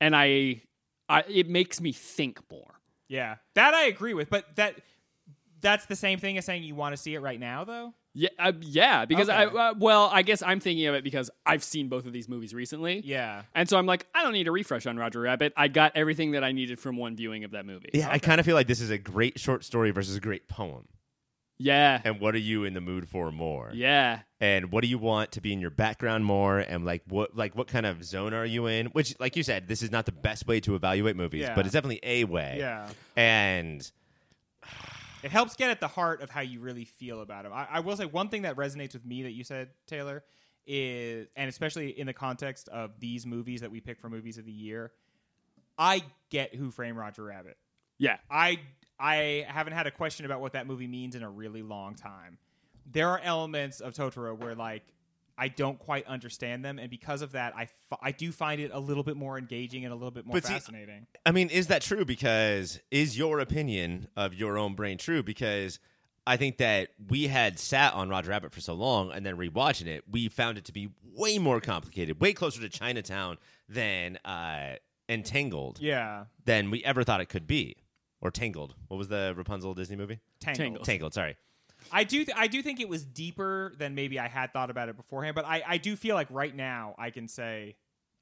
and I, I it makes me think more. Yeah. That I agree with, but that that's the same thing as saying you want to see it right now though. Yeah, uh, yeah. Because Okay. I uh, well, I guess I'm thinking of it because I've seen both of these movies recently. Yeah. And so I'm like, I don't need a refresh on Roger Rabbit. I got everything that I needed from one viewing of that movie. Yeah, I kind of feel like this is a great short story versus a great poem. Yeah. And what are you in the mood for more? Yeah. and what do you want to be in your background more and like what like what kind of zone are you in which like you said this is not the best way to evaluate movies Yeah. but it's definitely a way Yeah. and It helps get at the heart of how you really feel about him. I, I will say one thing that resonates with me that you said, Taylor, is and especially in the context of these movies that we pick for movies of the year, I get who framed Roger Rabbit. Yeah. I I haven't had a question about what that movie means in a really long time. There are elements of Totoro where like I don't quite understand them, and because of that, I f- I do find it a little bit more engaging and a little bit more But see, fascinating. I mean, is that true? Because is your opinion of your own brain true? Because I think that we had sat on Roger Rabbit for so long and then rewatching it, we found it to be way more complicated, way closer to Chinatown than uh, Entangled yeah, than we ever thought it could be. Or Tangled. What was the Rapunzel Disney movie? Tangled. Tangled. Tangled, sorry. I do th- I do think it was deeper than maybe I had thought about it beforehand, but I, I do feel like right now I can say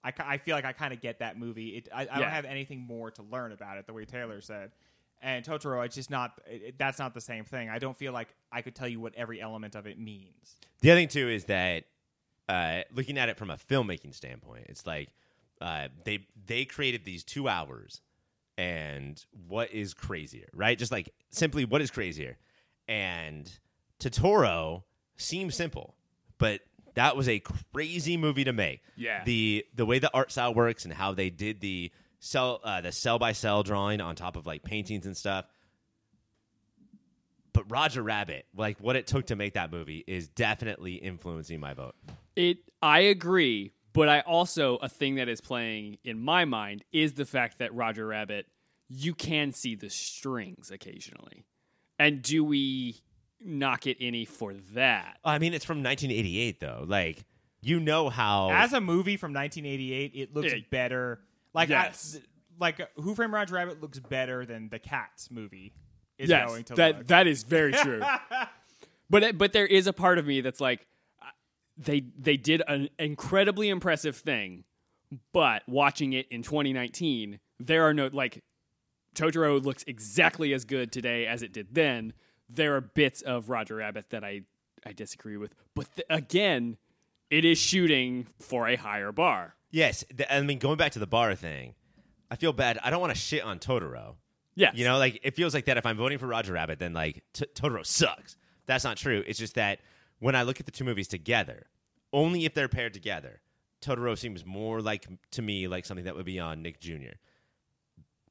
I, ki- I feel like I kind of get that movie. It, I, I don't Yeah. have anything more to learn about it the way Taylor said. And Totoro, it's just not it, it- that's not the same thing. I don't feel like I could tell you what every element of it means. The other thing too is that uh, looking at it from a filmmaking standpoint, it's like uh, they they created these two hours, and what is crazier, right? Just like simply what is crazier, and Totoro seems simple, but that was a crazy movie to make. Yeah. the the way the art style works and how they did the cell uh, the cell by cell drawing on top of like paintings and stuff but Roger Rabbit, like what it took to make that movie, is definitely influencing my vote. It I agree, but I also a thing that is playing in my mind is the fact that Roger Rabbit you can see the strings occasionally. And do we knock it any for that? I mean, it's from 1988 though. Like you know Oh. how As a movie from 1988, it looks Yeah. better. Like I- Yes. like Who Framed Roger Rabbit looks better than the Cats movie is yes, going to that look. that is very true. but it- but there is a part of me that's like I- they they did an incredibly impressive thing, but watching it in 2019, there are no like Totoro looks exactly as good today as it did then. There are bits of Roger Rabbit that I I disagree with, but th- again, it is shooting for a higher bar. yes. th- I mean, going back to the bar thing, I feel bad. I don't want to shit on Totoro. Yes. You know, like it feels like that. If I'm voting for Roger Rabbit, then like t- Totoro sucks. That's not true. It's just that when I look at the two movies together, only if they're paired together, Totoro seems more like to me like something that would be on Nick Jr.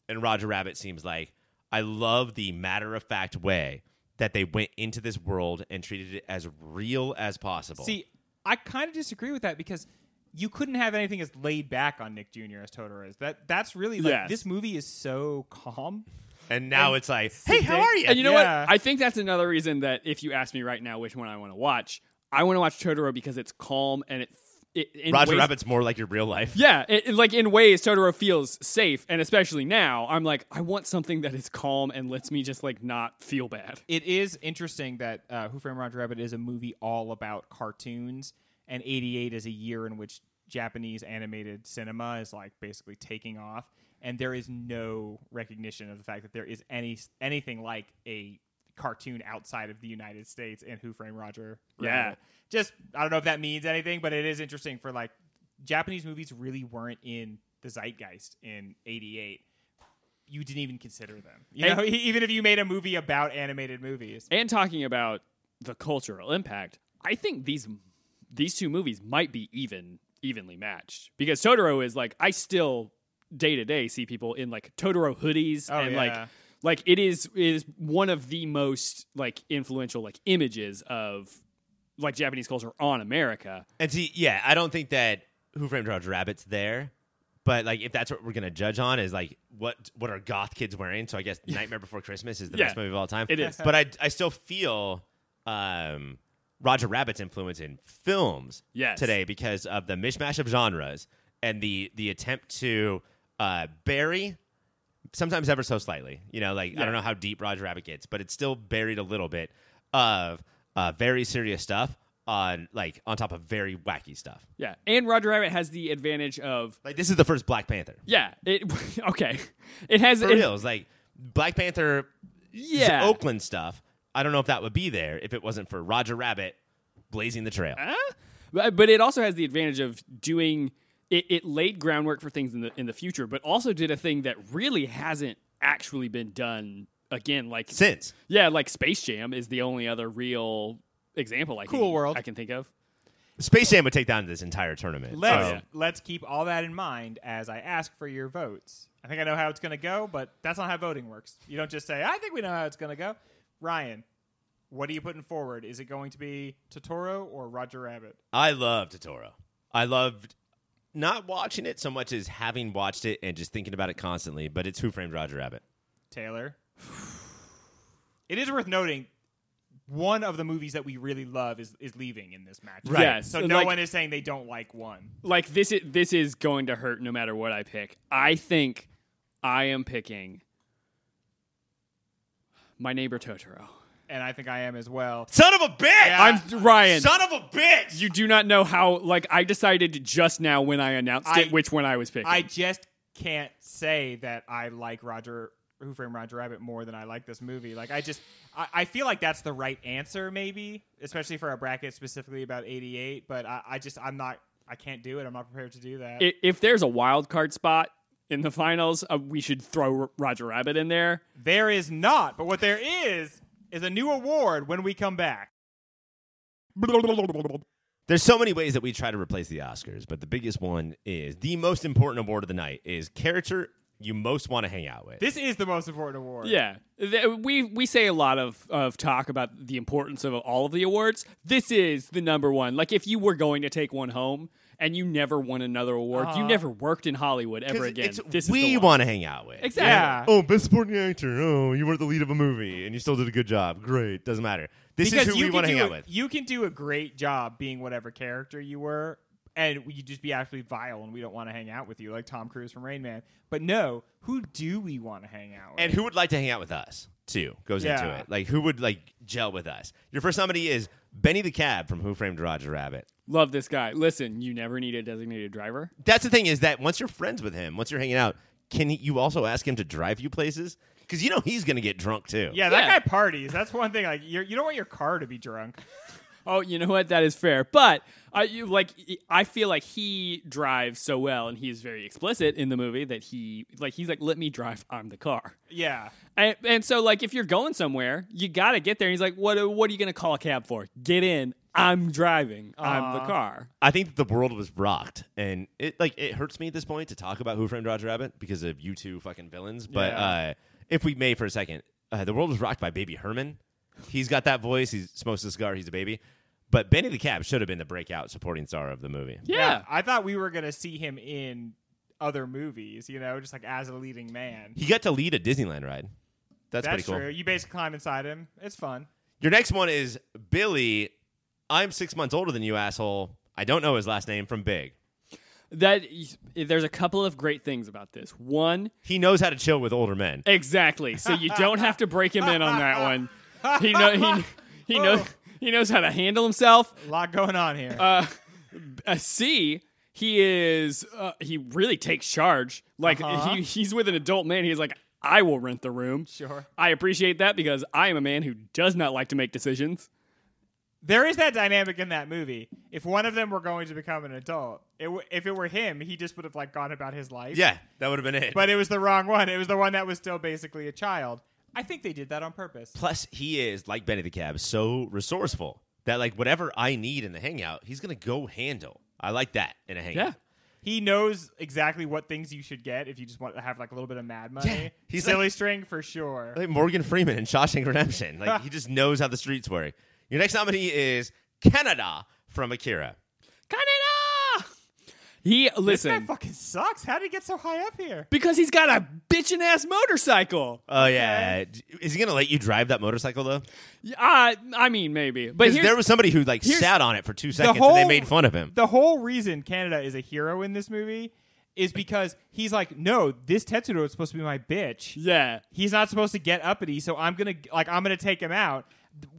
And Roger Rabbit seems like I love the matter of fact way that they went into this world and treated it as real as possible. See, I kind of disagree with that because you couldn't have anything as laid back on Nick Jr. as Totoro is. That that's really like Yes. this movie is so calm. and now it's like, hey, how they- are you? And you know Yeah. what? I think that's another reason that if you ask me right now which one I want to watch, I want to watch Totoro because it's calm and it. it in Roger ways- Rabbit's more like your real life. Yeah, it, it- like in ways, Totoro feels safe, and especially now, I'm like, I want something that is calm and lets me just like not feel bad. It is interesting that uh, Who Framed Roger Rabbit is a movie all about cartoons, and '88 is a year in which Japanese animated cinema is like basically taking off, and there is no recognition of the fact that there is any anything like a cartoon outside of the United States and Who Framed Roger. Rabbit. Yeah. just I don't know if that means anything, but it is interesting for like Japanese movies really weren't in the zeitgeist in '88. You didn't even consider them, you And- know. Even if you made a movie about animated movies, And talking about the cultural impact, I think these these two movies might be even evenly matched because Totoro is like I still day to day see people in like Totoro hoodies Oh, and yeah. like like it is it is one of the most like influential like images of like Japanese culture on America. And see, yeah, I don't think that Who Framed Roger Rabbit's there, but like if that's what we're gonna judge on is like what what are goth kids wearing? So I guess Nightmare Before Christmas is the Yeah. best movie of all time. It is. but I I still feel um, Roger Rabbit's influence in films Yes. today because of the mishmash of genres and the the attempt to uh, bury sometimes ever so slightly. You know, like I don't know how deep Roger Rabbit gets, but it's still buried a little bit of uh, very serious stuff on like on top of very wacky stuff. Yeah. And Roger Rabbit has the advantage of Like this is the first Black Panther. yeah, it okay. It has For it- reals, like Black Panther, Yeah. Oakland stuff. I don't know if that would be there if it wasn't for Roger Rabbit blazing the trail. Huh? But, but it also has the advantage of doing it, it laid groundwork for things in the in the future, but also did a thing that really hasn't actually been done again. Like Since yeah, like Space Jam is the only other real example I Cool can, World. I can think of. Space Jam would take down this entire tournament. Let's Oh, so- let's keep all that in mind as I ask for your votes. I think I know how it's going to go, but that's not how voting works. You don't just say, "I think we know how it's going to go." Ryan, what are you putting forward? Is it going to be Totoro or Roger Rabbit? I love Totoro. I loved not watching it so much as having watched it and just thinking about it constantly. But it's Who Framed Roger Rabbit. Taylor. It is worth noting one of the movies that we really love is is leaving in this match. Right. Yes, So and no like- one is saying they don't like one. like this is this is going to hurt no matter what I pick. I think I am picking my neighbor Totoro. And I think I am as well. Son of a bitch! Yeah. I'm Ryan. Son of a bitch! you do not know how like I decided just now when I announced I- it which one I was picking. I just can't say that I like Roger Who Framed Roger Rabbit more than I like this movie. Like I just I, I feel like that's the right answer, maybe, especially for a bracket specifically about eighty eight. But I, I just I'm not I can't do it. I'm not prepared to do that. I- if there's a wild card spot in the finals, uh, we should throw R- Roger Rabbit in there. there is not, but what there is is a new award when we come back. There's so many ways that we try to replace the Oscars, but the biggest one is the most important award of the night is character you most want to hang out with. This is the most important award. Yeah, Th- we we say a lot of of talk about the importance of all of the awards. This is the number one. Like if you were going to take one home and you never won another award, you never worked in Hollywood Uh-huh. 'Cause ever again. it's This is we the one. want to hang out with. exactly. Yeah. Oh, best supporting actor. Oh, you were the lead of a movie and you still did a good job. Great. Doesn't matter. This because is who you we can want to do hang a, out with. You can do a great job being whatever character you were, and you just be actually vile, and we don't want to hang out with you, like Tom Cruise from Rain Man. But no, who do we want to hang out with? And who would like to hang out with us too goes into Yeah. it. Like who would like gel with us? Your first nominee is Benny the Cab from Who Framed Roger Rabbit. Love this guy. Listen, you never need a designated driver. That's the thing is that once you're friends with him, once you're hanging out, can he- you also ask him to drive you places? Because you know he's gonna get drunk too. yeah, that Yeah. guy parties. That's one thing. Like you're, you don't want your car to be drunk. Oh, you know what? That is fair. But I you, like I feel like he drives so well and he is very explicit in the movie that he like he's like let me drive, I'm the car. Yeah, And, and so like if you're going somewhere, you got to get there. And he's like, "What uh, what are you going to call a cab for? Get in. I'm driving. I'm the car." I think that the world was rocked, and it like it hurts me at this point to talk about Who Framed Roger Rabbit because of you two fucking villains. But Yeah. uh, if we may for a second, uh, the world was rocked by Baby Herman. He's got that voice. He smokes a cigar. He's a baby. But Benny the Cab should have been the breakout supporting star of the movie. Yeah. I thought we were gonna see him in other movies. You know, just like as a leading man. He got to lead a Disneyland ride. That's, That's pretty cool. true. You basically climb inside him. It's fun. Your next one is Billy. I'm six months older than you, asshole. I don't know his last name from Big. That there's a couple of great things about this. One, He knows how to chill with older men. exactly. So you don't have to break him in on that one. He know he he knows he knows how to handle himself. A lot going on here. uh, a C. He is. Uh, he really takes charge. Like he, he's with an adult man. He's like, I will rent the room. Uh-huh. Sure. I appreciate that because I am a man who does not like to make decisions. There is that dynamic in that movie. If one of them were going to become an adult, it w- if it were him, he just would have like gone about his life. Yeah, that would have been it. but it was the wrong one. It was the one that was still basically a child. I think they did that on purpose. Plus, he is like Benny the Cab, so resourceful that like whatever I need in the hangout, he's gonna go handle. I like that in a hangout. Yeah. He knows exactly what things you should get if you just want to have like a little bit of mad money. Yeah, he's silly like- string for sure. like Morgan Freeman in Shawshank Redemption. Like he just knows how the streets work. Your next nominee is Canada from Akira. Kaneda! He This guy listen fucking sucks. How did he get so high up here? because he's got a bitchin' ass motorcycle. Oh yeah, is he gonna let you drive that motorcycle though? I I mean maybe, but Because here's, there was somebody who like here's- sat on it for two seconds and they whole- made fun of him. The whole reason Canada is a hero in this movie is because he's like, no, this Tetsuro is supposed to be my bitch. yeah. He's not supposed to get uppity, so I'm gonna like I'm gonna take him out.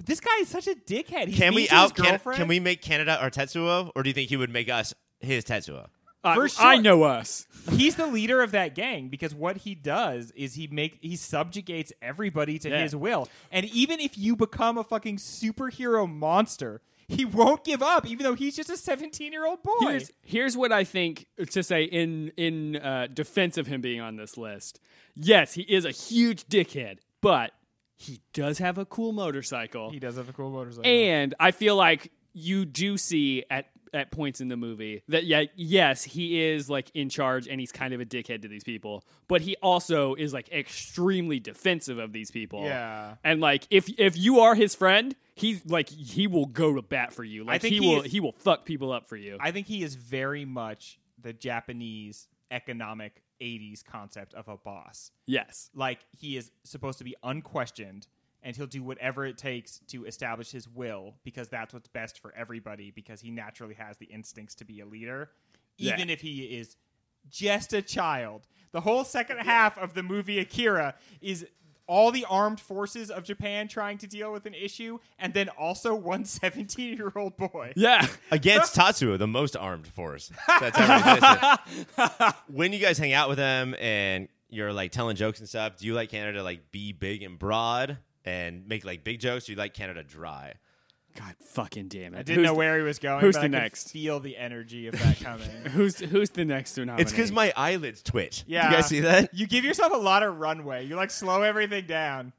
This guy is such a dickhead. He's Can we mean to his out? Can, girlfriend. can we make Canada our Tetsuo, or do you think he would make us his Tetsuo? I, For I sure. know us. He's the leader of that gang because what he does is he make he subjugates everybody to Yeah. his will. And even if you become a fucking superhero monster, he won't give up, even though he's just a 17 year old boy. Here's, here's what I think to say in in uh, defense of him being on this list. Yes, he is a huge dickhead, but he does have a cool motorcycle, he does have a cool motorcycle. and I feel like you do see at at points in the movie that yeah yes he is like in charge and he's kind of a dickhead to these people but he also is like extremely defensive of these people Yeah. and like if if you are his friend he's like he will go to bat for you like think he, he will is- he will fuck people up for you I think he is very much the Japanese economic 80s concept of a boss. yes Like he is supposed to be unquestioned and he'll do whatever it takes to establish his will because that's what's best for everybody because he naturally has the instincts to be a leader even if he is just a child. The whole second half of the movie Akira is all the armed forces of Japan trying to deal with an issue and then also one 17-year-old boy. yeah against Tatsuo, the most armed force that's ever existed. when you guys hang out with them and you're like telling jokes and stuff, do you like Canada to like be big and broad and make like big jokes? Or do you like Canada dry? god fucking damn it I didn't Who's- know where he was going. who's but the I could next? feel the energy of that coming. who's who's the next to nominate It's because my eyelids twitch. Yeah. you guys see that? you give yourself a lot of runway. You like slow everything down.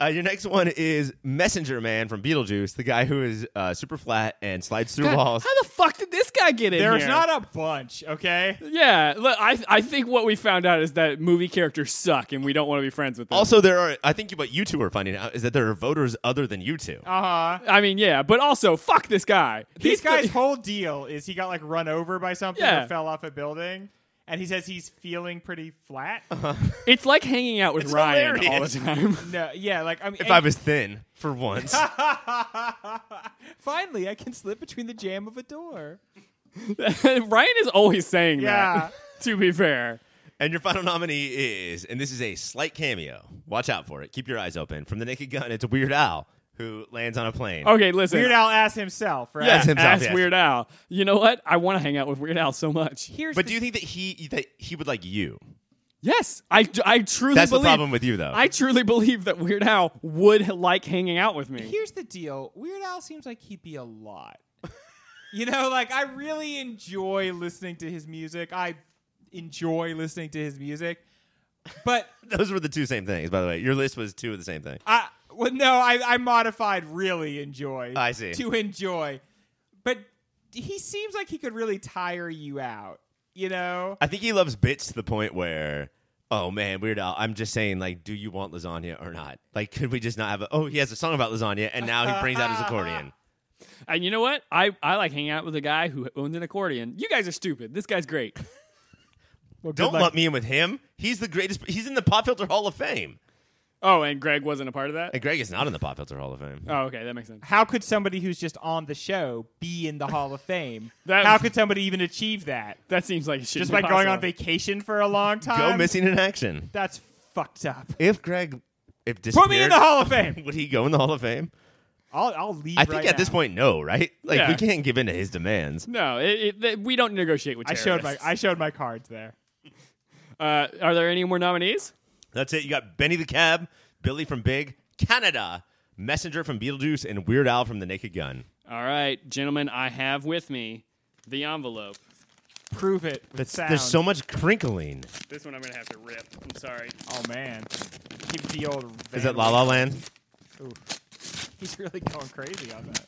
Uh, your next one is Messenger Man from Beetlejuice, the guy who is uh, super flat and slides through God, walls. how the fuck did this guy get in There's here? not a bunch, okay? Yeah, look, I I think what we found out is that movie characters suck, and we don't want to be friends with them. Also, there are. I think what you two are finding out is that there are voters other than you two. Oh, Uh huh. I mean, yeah, but also fuck this guy. This He's guy's the- whole deal is he got like run over by something Yeah. or fell off a building, and he says he's feeling pretty flat. Uh-huh. it's like hanging out with It's Ryan hilarious. all the time. No, yeah, like I mean, if I was thin, for once. finally, I can slip between the jam of a door. Ryan is always saying Yeah. that. To be fair, And your final nominee is, and this is a slight cameo. Watch out for it. Keep your eyes open. From the Naked Gun, it's Weird Al who lands on a plane. okay, listen. Weird Al ass himself, right? Yeah. That's Ask himself, yes. Weird Al. You know what? I want to hang out with Weird Al so much. Here's But the do you think that he that he would like you? Yes, I, I truly That's the believe. problem with you, though. I truly believe that Weird Al would like hanging out with me. Here's the deal Weird Al seems like he'd be a lot. you know, like, I really enjoy listening to his music. I enjoy listening to his music. But Those were the two same things, by the way. Your list was two of the same thing. I, well, no, I, I modified really enjoy. I see. To enjoy. But he seems like he could really tire you out, you know? I think he loves bits to the point where, oh man, Weird Al. I'm just saying, like, do you want lasagna or not? Like, could we just not have a? Oh, he has a song about lasagna, and now he brings out his accordion. And you know what? I, I like hanging out with a guy who owns an accordion. You guys are stupid. This guy's great. Well, good Don't luck. lump me in with him. He's the greatest. He's in the Pop Filter Hall of Fame, Oh, and Greg wasn't a part of that? and Greg is not in the Pop Filter Hall of Fame. Oh, okay. That makes sense. How could somebody who's just on the show be in the Hall of Fame? That- How could somebody even achieve that? That seems like it should Just be by going on possible. vacation for a long time? Um, Go missing in action. That's fucked up. If Greg, if disappeared, Put me in the Hall of Fame. would he go in the Hall of Fame? I'll, I'll leave. I think right at this now. point, no, right? Like Yeah. we can't give in to his demands. No, it, it, th- we don't negotiate with I showed my terrorists. I showed my cards there. Uh, are there any more nominees? That's it. You got Benny the Cab, Billy from Big Canada, Messenger from Beetlejuice, and Weird Al from The Naked Gun. All right, gentlemen, I have with me the envelope. Prove it. With That's sound. there's so much crinkling. This one I'm going to have to rip. I'm sorry. Oh man, give the old. Van Is it La La Land? Ooh. He's really going crazy on that.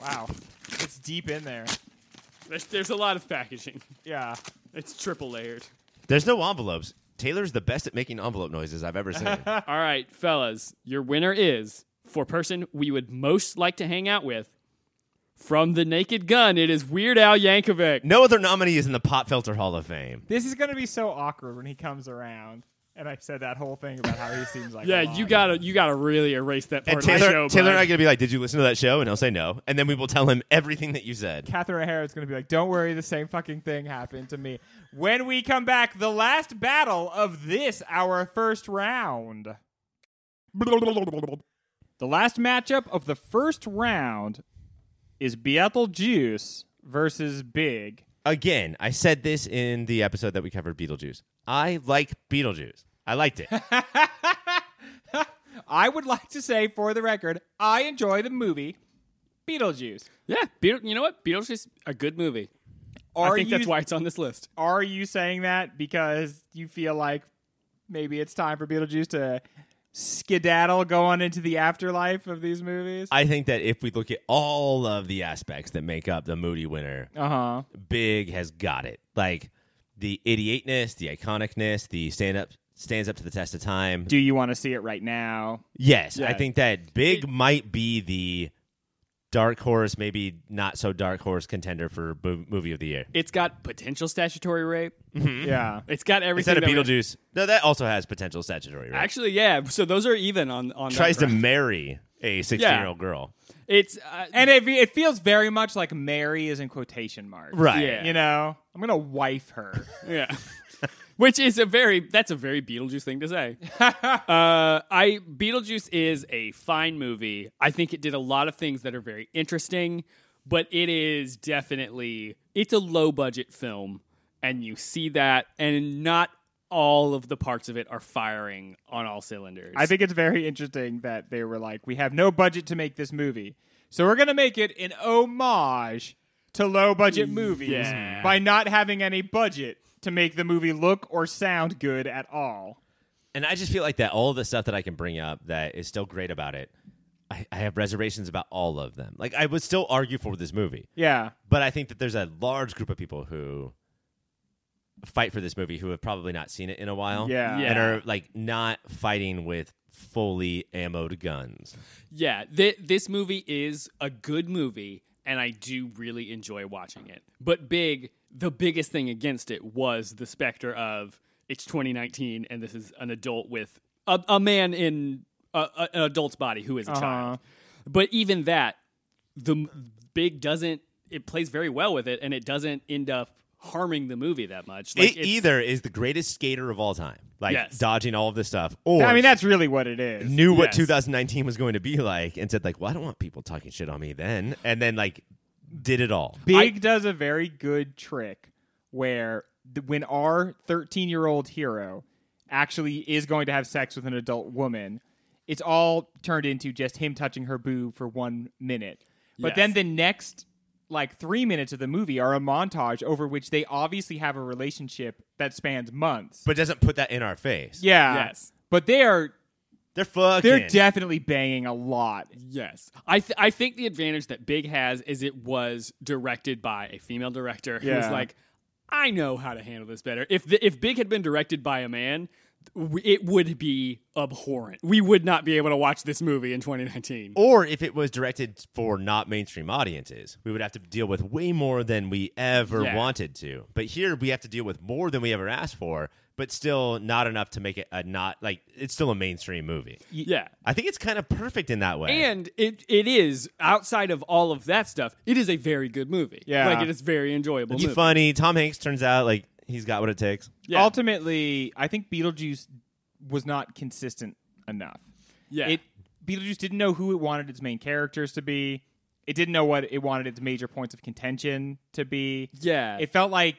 Wow, it's deep in there. There's, there's a lot of packaging. Yeah. It's triple layered. There's no envelopes. Taylor's the best at making envelope noises I've ever seen. All right, fellas, your winner is for person we would most like to hang out with from the Naked Gun. It is Weird Al Yankovic. no other nominee is in the Pop Filter Hall of Fame. This is gonna be so awkward when he comes around. And I said that whole thing about how he seems like. Yeah, a you lot. gotta you gotta really erase that And part of the Taylor, show. Taylor bud. and I are gonna be like, "Did you listen to that show?" And he'll say no, and then we will tell him everything that you said. Catherine O'Hara is going to be like, don't worry, the same fucking thing happened to me. When we come back, the last battle of this, our first round. The last matchup of the first round is Beetlejuice versus Big. again, I said this in the episode that we covered Beetlejuice. I like Beetlejuice. I liked it. I would like to say, for the record, I enjoy the movie Beetlejuice. Yeah, Beetle, you know what? Beetlejuice is a good movie. Are I think you, that's why it's on this list. Are you saying that because you feel like maybe it's time for Beetlejuice to skedaddle going into the afterlife of these movies? I think that if we look at all of the aspects that make up the Moody winner, Oh. Uh huh. Big has got it. Like the idioticness, the iconicness, the stand up stands up to the test of time. Do you want to see it right now? yes, Yeah. I think that Big might be the dark horse, maybe not so dark horse contender for bo- movie of the year. It's got potential statutory rape. Yeah. It's got everything. Instead of that we- Beetlejuice, no, that also has potential statutory. Right? Actually, yeah. So those are even on on. that tries to front. marry a sixteen-year-old girl. It's uh, And it, it feels very much like Mary is in quotation marks. Right. Yeah. You know, I'm going to wife her. yeah. Which is a very that's a very Beetlejuice thing to say. uh, I Beetlejuice is a fine movie. I think it did a lot of things that are very interesting, but it is definitely it's a low budget film, and you see that, and not all of the parts of it are firing on all cylinders. I think it's very interesting that they were like, we have no budget to make this movie. So we're going to make it an homage to low budget movies Yeah. by not having any budget to make the movie look or sound good at all. And I just feel like that all the stuff that I can bring up that is still great about it, I, I have reservations about all of them. Like I would still argue for this movie, Yeah. but I think that there's a large group of people who fight for this movie who have probably not seen it in a while, Yeah. Yeah. and are like not fighting with fully ammoed guns. Yeah, th- this movie is a good movie, and I do really enjoy watching it. But big, the biggest thing against it was the specter of it's 2019, and this is an adult with a, a man in a, a- an adult's body who is a child. But even that, the m- big doesn't. It plays very well with it, and it doesn't end up harming the movie that much. it Like, it's- E-, either is the greatest skater of all time, like Yes. dodging all of this stuff, or I mean, that's really what it is. knew what Yes. 2019 was going to be like and said like, "Well, I don't want people talking shit on me then," and then like did it all. Big does a very good trick where th- when our 13 year old hero actually is going to have sex with an adult woman, it's all turned into just him touching her boob for one minute. But Yes. then the next like three minutes of the movie are a montage over which they obviously have a relationship that spans months. but doesn't put that in our face. yeah. Yes. But they are they're fucking. they're definitely banging a lot. Yes, I th- I think the advantage that Big has is it was directed by a female director who was Yeah. like, I know how to handle this better. If the, if Big had been directed by a man, w- it would be abhorrent. We would not be able to watch this movie in 2019. or if it was directed for not mainstream audiences, we would have to deal with way more than we ever Yeah. wanted to. But here we have to deal with more than we ever asked for, but still not enough to make it a not like it's still a mainstream movie. yeah. I think it's kind of perfect in that way. And it it is outside of all of that stuff. It is a very good movie. Yeah. like it is very enjoyable. it's movie. funny. Tom Hanks turns out like he's got what it takes. Yeah. Ultimately, I think Beetlejuice was not consistent enough. Yeah, It Beetlejuice didn't know who it wanted its main characters to be. It didn't know what it wanted its major points of contention to be. yeah. It felt like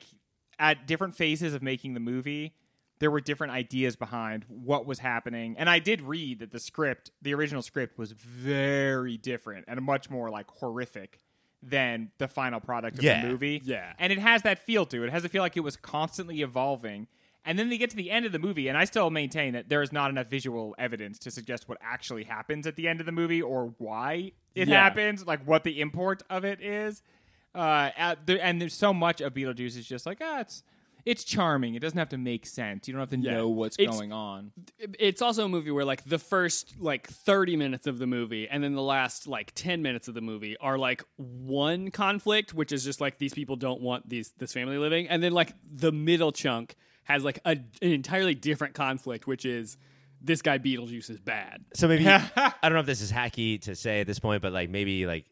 at different phases of making the movie, there were different ideas behind what was happening. And I did read that the script, the original script was very different and much more like horrific than the final product of Yeah. the movie. Yeah. And it has that feel to it. It has a feel like it was constantly evolving. And then they get to the end of the movie, and I still maintain that there is not enough visual evidence to suggest what actually happens at the end of the movie or why it Yeah. happens, like what the import of it is. Uh, at the, and there's so much of Beetlejuice is just like, ah, it's it's charming. It doesn't have to make sense. You don't have to know what's It's- going on. it's also a movie where like the first like 30 minutes of the movie and then the last like 10 minutes of the movie are like one conflict which is just like these people don't want these this family living and then like the middle chunk has like a, an entirely different conflict which is this guy Beetlejuice is bad So maybe I don't know if this is hacky to say at this point, but like maybe like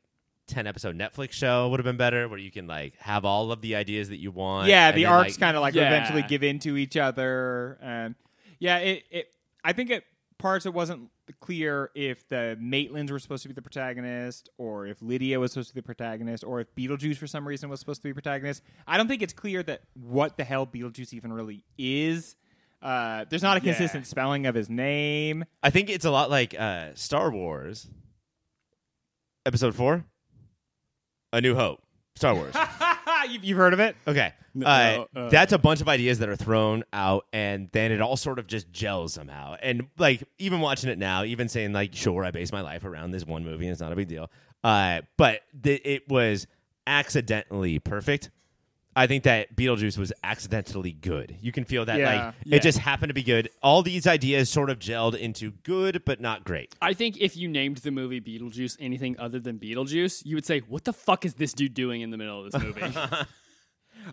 ten episode Netflix show would have been better, where you can like have all of the ideas that you want. Yeah, and the then, arcs like, kind of like Yeah. eventually give in to each other, and yeah, it, it. I think at parts it wasn't clear if the Maitlands were supposed to be the protagonist, or if Lydia was supposed to be the protagonist, or if Beetlejuice for some reason was supposed to be protagonist. I don't think it's clear that what the hell Beetlejuice even really is. Uh, there's not a consistent spelling of his name. I think it's a lot like uh, Star Wars, Episode Four, A New Hope, Star Wars. you've, you've heard of it? Okay. no, uh, uh, that's a bunch of ideas that are thrown out, and then it all sort of just gels somehow. And like, even watching it now, even saying like, "Sure, I base my life around this one movie, and it's not a big deal," uh, but th- it was accidentally perfect. I think that Beetlejuice was accidentally good. You can feel that Yeah. like Yeah. it just happened to be good. All these ideas sort of gelled into good, but not great. I think if you named the movie Beetlejuice anything other than Beetlejuice, you would say, "What the fuck is this dude doing in the middle of this movie?"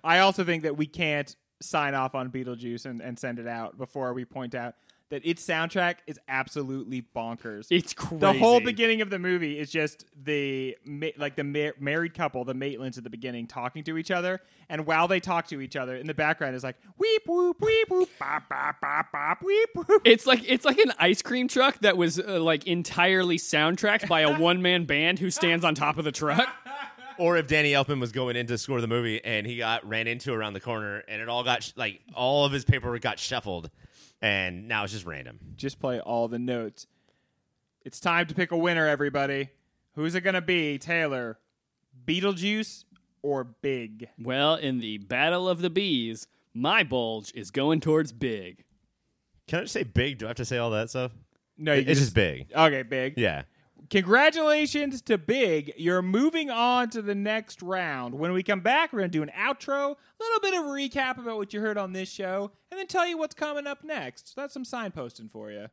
I also think that we can't sign off on Beetlejuice and, and send it out before we point out that its soundtrack is absolutely bonkers. it's crazy. the whole beginning of the movie is just the ma- like the ma- married couple, the Maitlands at the beginning, talking to each other, and while they talk to each other, in the background is like weep whoop weep whoop bop bop bop bop weep whoop. It's like it's like an ice cream truck that was uh, like entirely soundtracked by a one man band who stands on top of the truck. Or if Danny Elfman was going in to score the movie and he got ran into around the corner and it all got sh- like all of his paperwork got shuffled and now it's just random. Just play all the notes. It's time to pick a winner, everybody. Who's it gonna be, Taylor? Beetlejuice or Big? Well, in the Battle of the Bees, my bulge is going towards big. Can I just say big? Do I have to say all that stuff? No, you It- can It's just big. okay, Big. Yeah. Congratulations to Big. You're moving on to the next round. When we come back, we're going to do an outro, a little bit of a recap about what you heard on this show, and then tell you what's coming up next. So that's some signposting for you.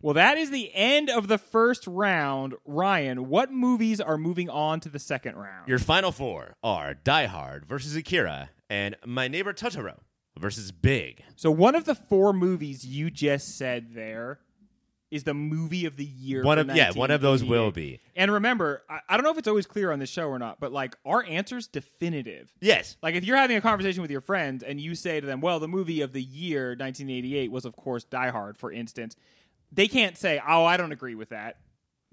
Well, that is the end of the first round. Ryan, what movies are moving on to the second round? Your final four are Die Hard versus Akira and My Neighbor Totoro versus Big. so, one of the four movies you just said there is the movie of the year. One for of yeah, one of those will 1988. be. And remember, I, I don't know if it's always clear on this show or not, but like our answer's definitive. Yes. Like if you're having a conversation with your friends and you say to them, "Well, the movie of the year 1988 was of course Die Hard," for instance, they can't say, "Oh, I don't agree with that,"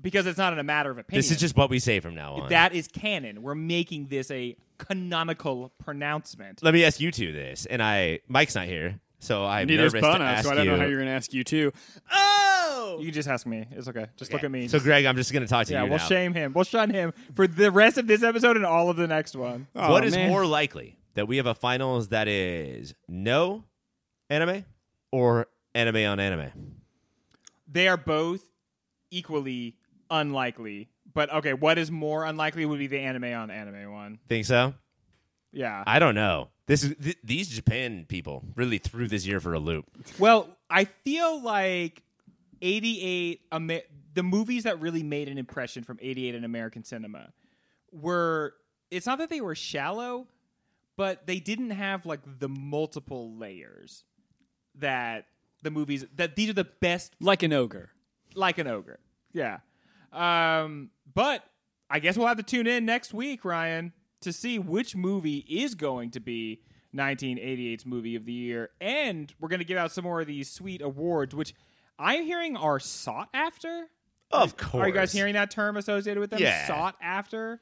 because it's not in a matter of opinion. This is just what we say from now on. that is canon. We're making this a canonical pronouncement. Let me ask you two this, and I Mike's not here, so I'm Neither's nervous to Bono, ask so I don't you. know how you're going to ask you too. Oh! You can just ask me. It's okay. Just look at me. So Greg, I'm just going to talk to yeah, you we'll now. shame him. We'll shun him for the rest of this episode and all of the next one. What is man. more likely that we have a finals that is no anime or anime on anime? they are both equally unlikely. But okay, what is more unlikely would be the anime on anime one. Think so? Yeah. I don't know. This is th- these Japan people really threw this year for a loop. well, I feel like 88 Ama- the movies that really made an impression from 88 in American cinema were it's not that they were shallow, but they didn't have like the multiple layers that the movies that these are the best Like an ogre. like an ogre. Yeah. Um, but I guess we'll have to tune in next week, Ryan, to see which movie is going to be 1988's movie of the year. And we're going to give out some more of these sweet awards, which I'm hearing are sought after. Of course. Are you guys hearing that term associated with them? Yeah. Sought after?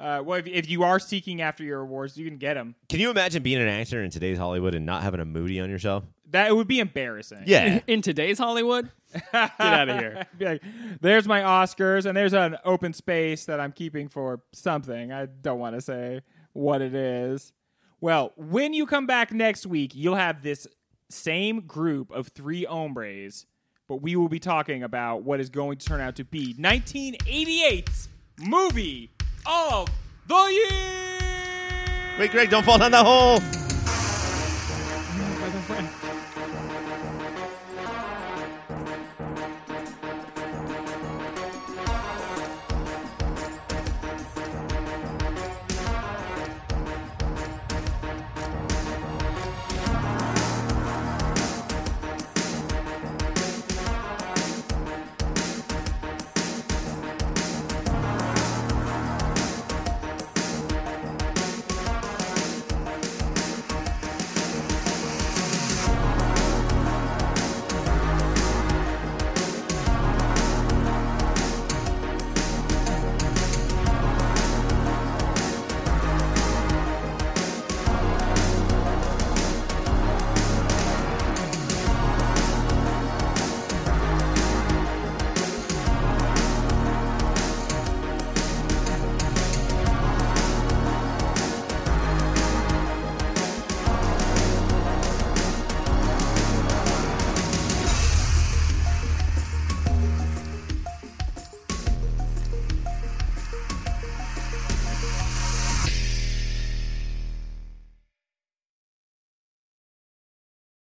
Uh, well, if, if you are seeking after your awards, you can get them. Can you imagine being an actor in today's Hollywood and not having a moody on yourself? That it would be embarrassing. Yeah. In today's Hollywood, get out of here. Be like, there's my Oscars, and there's an open space that I'm keeping for something. I don't want to say what it is. Well, when you come back next week, you'll have this same group of three hombres, but we will be talking about what is going to turn out to be 1988's movie of the year. Wait, Greg, don't fall down the hole.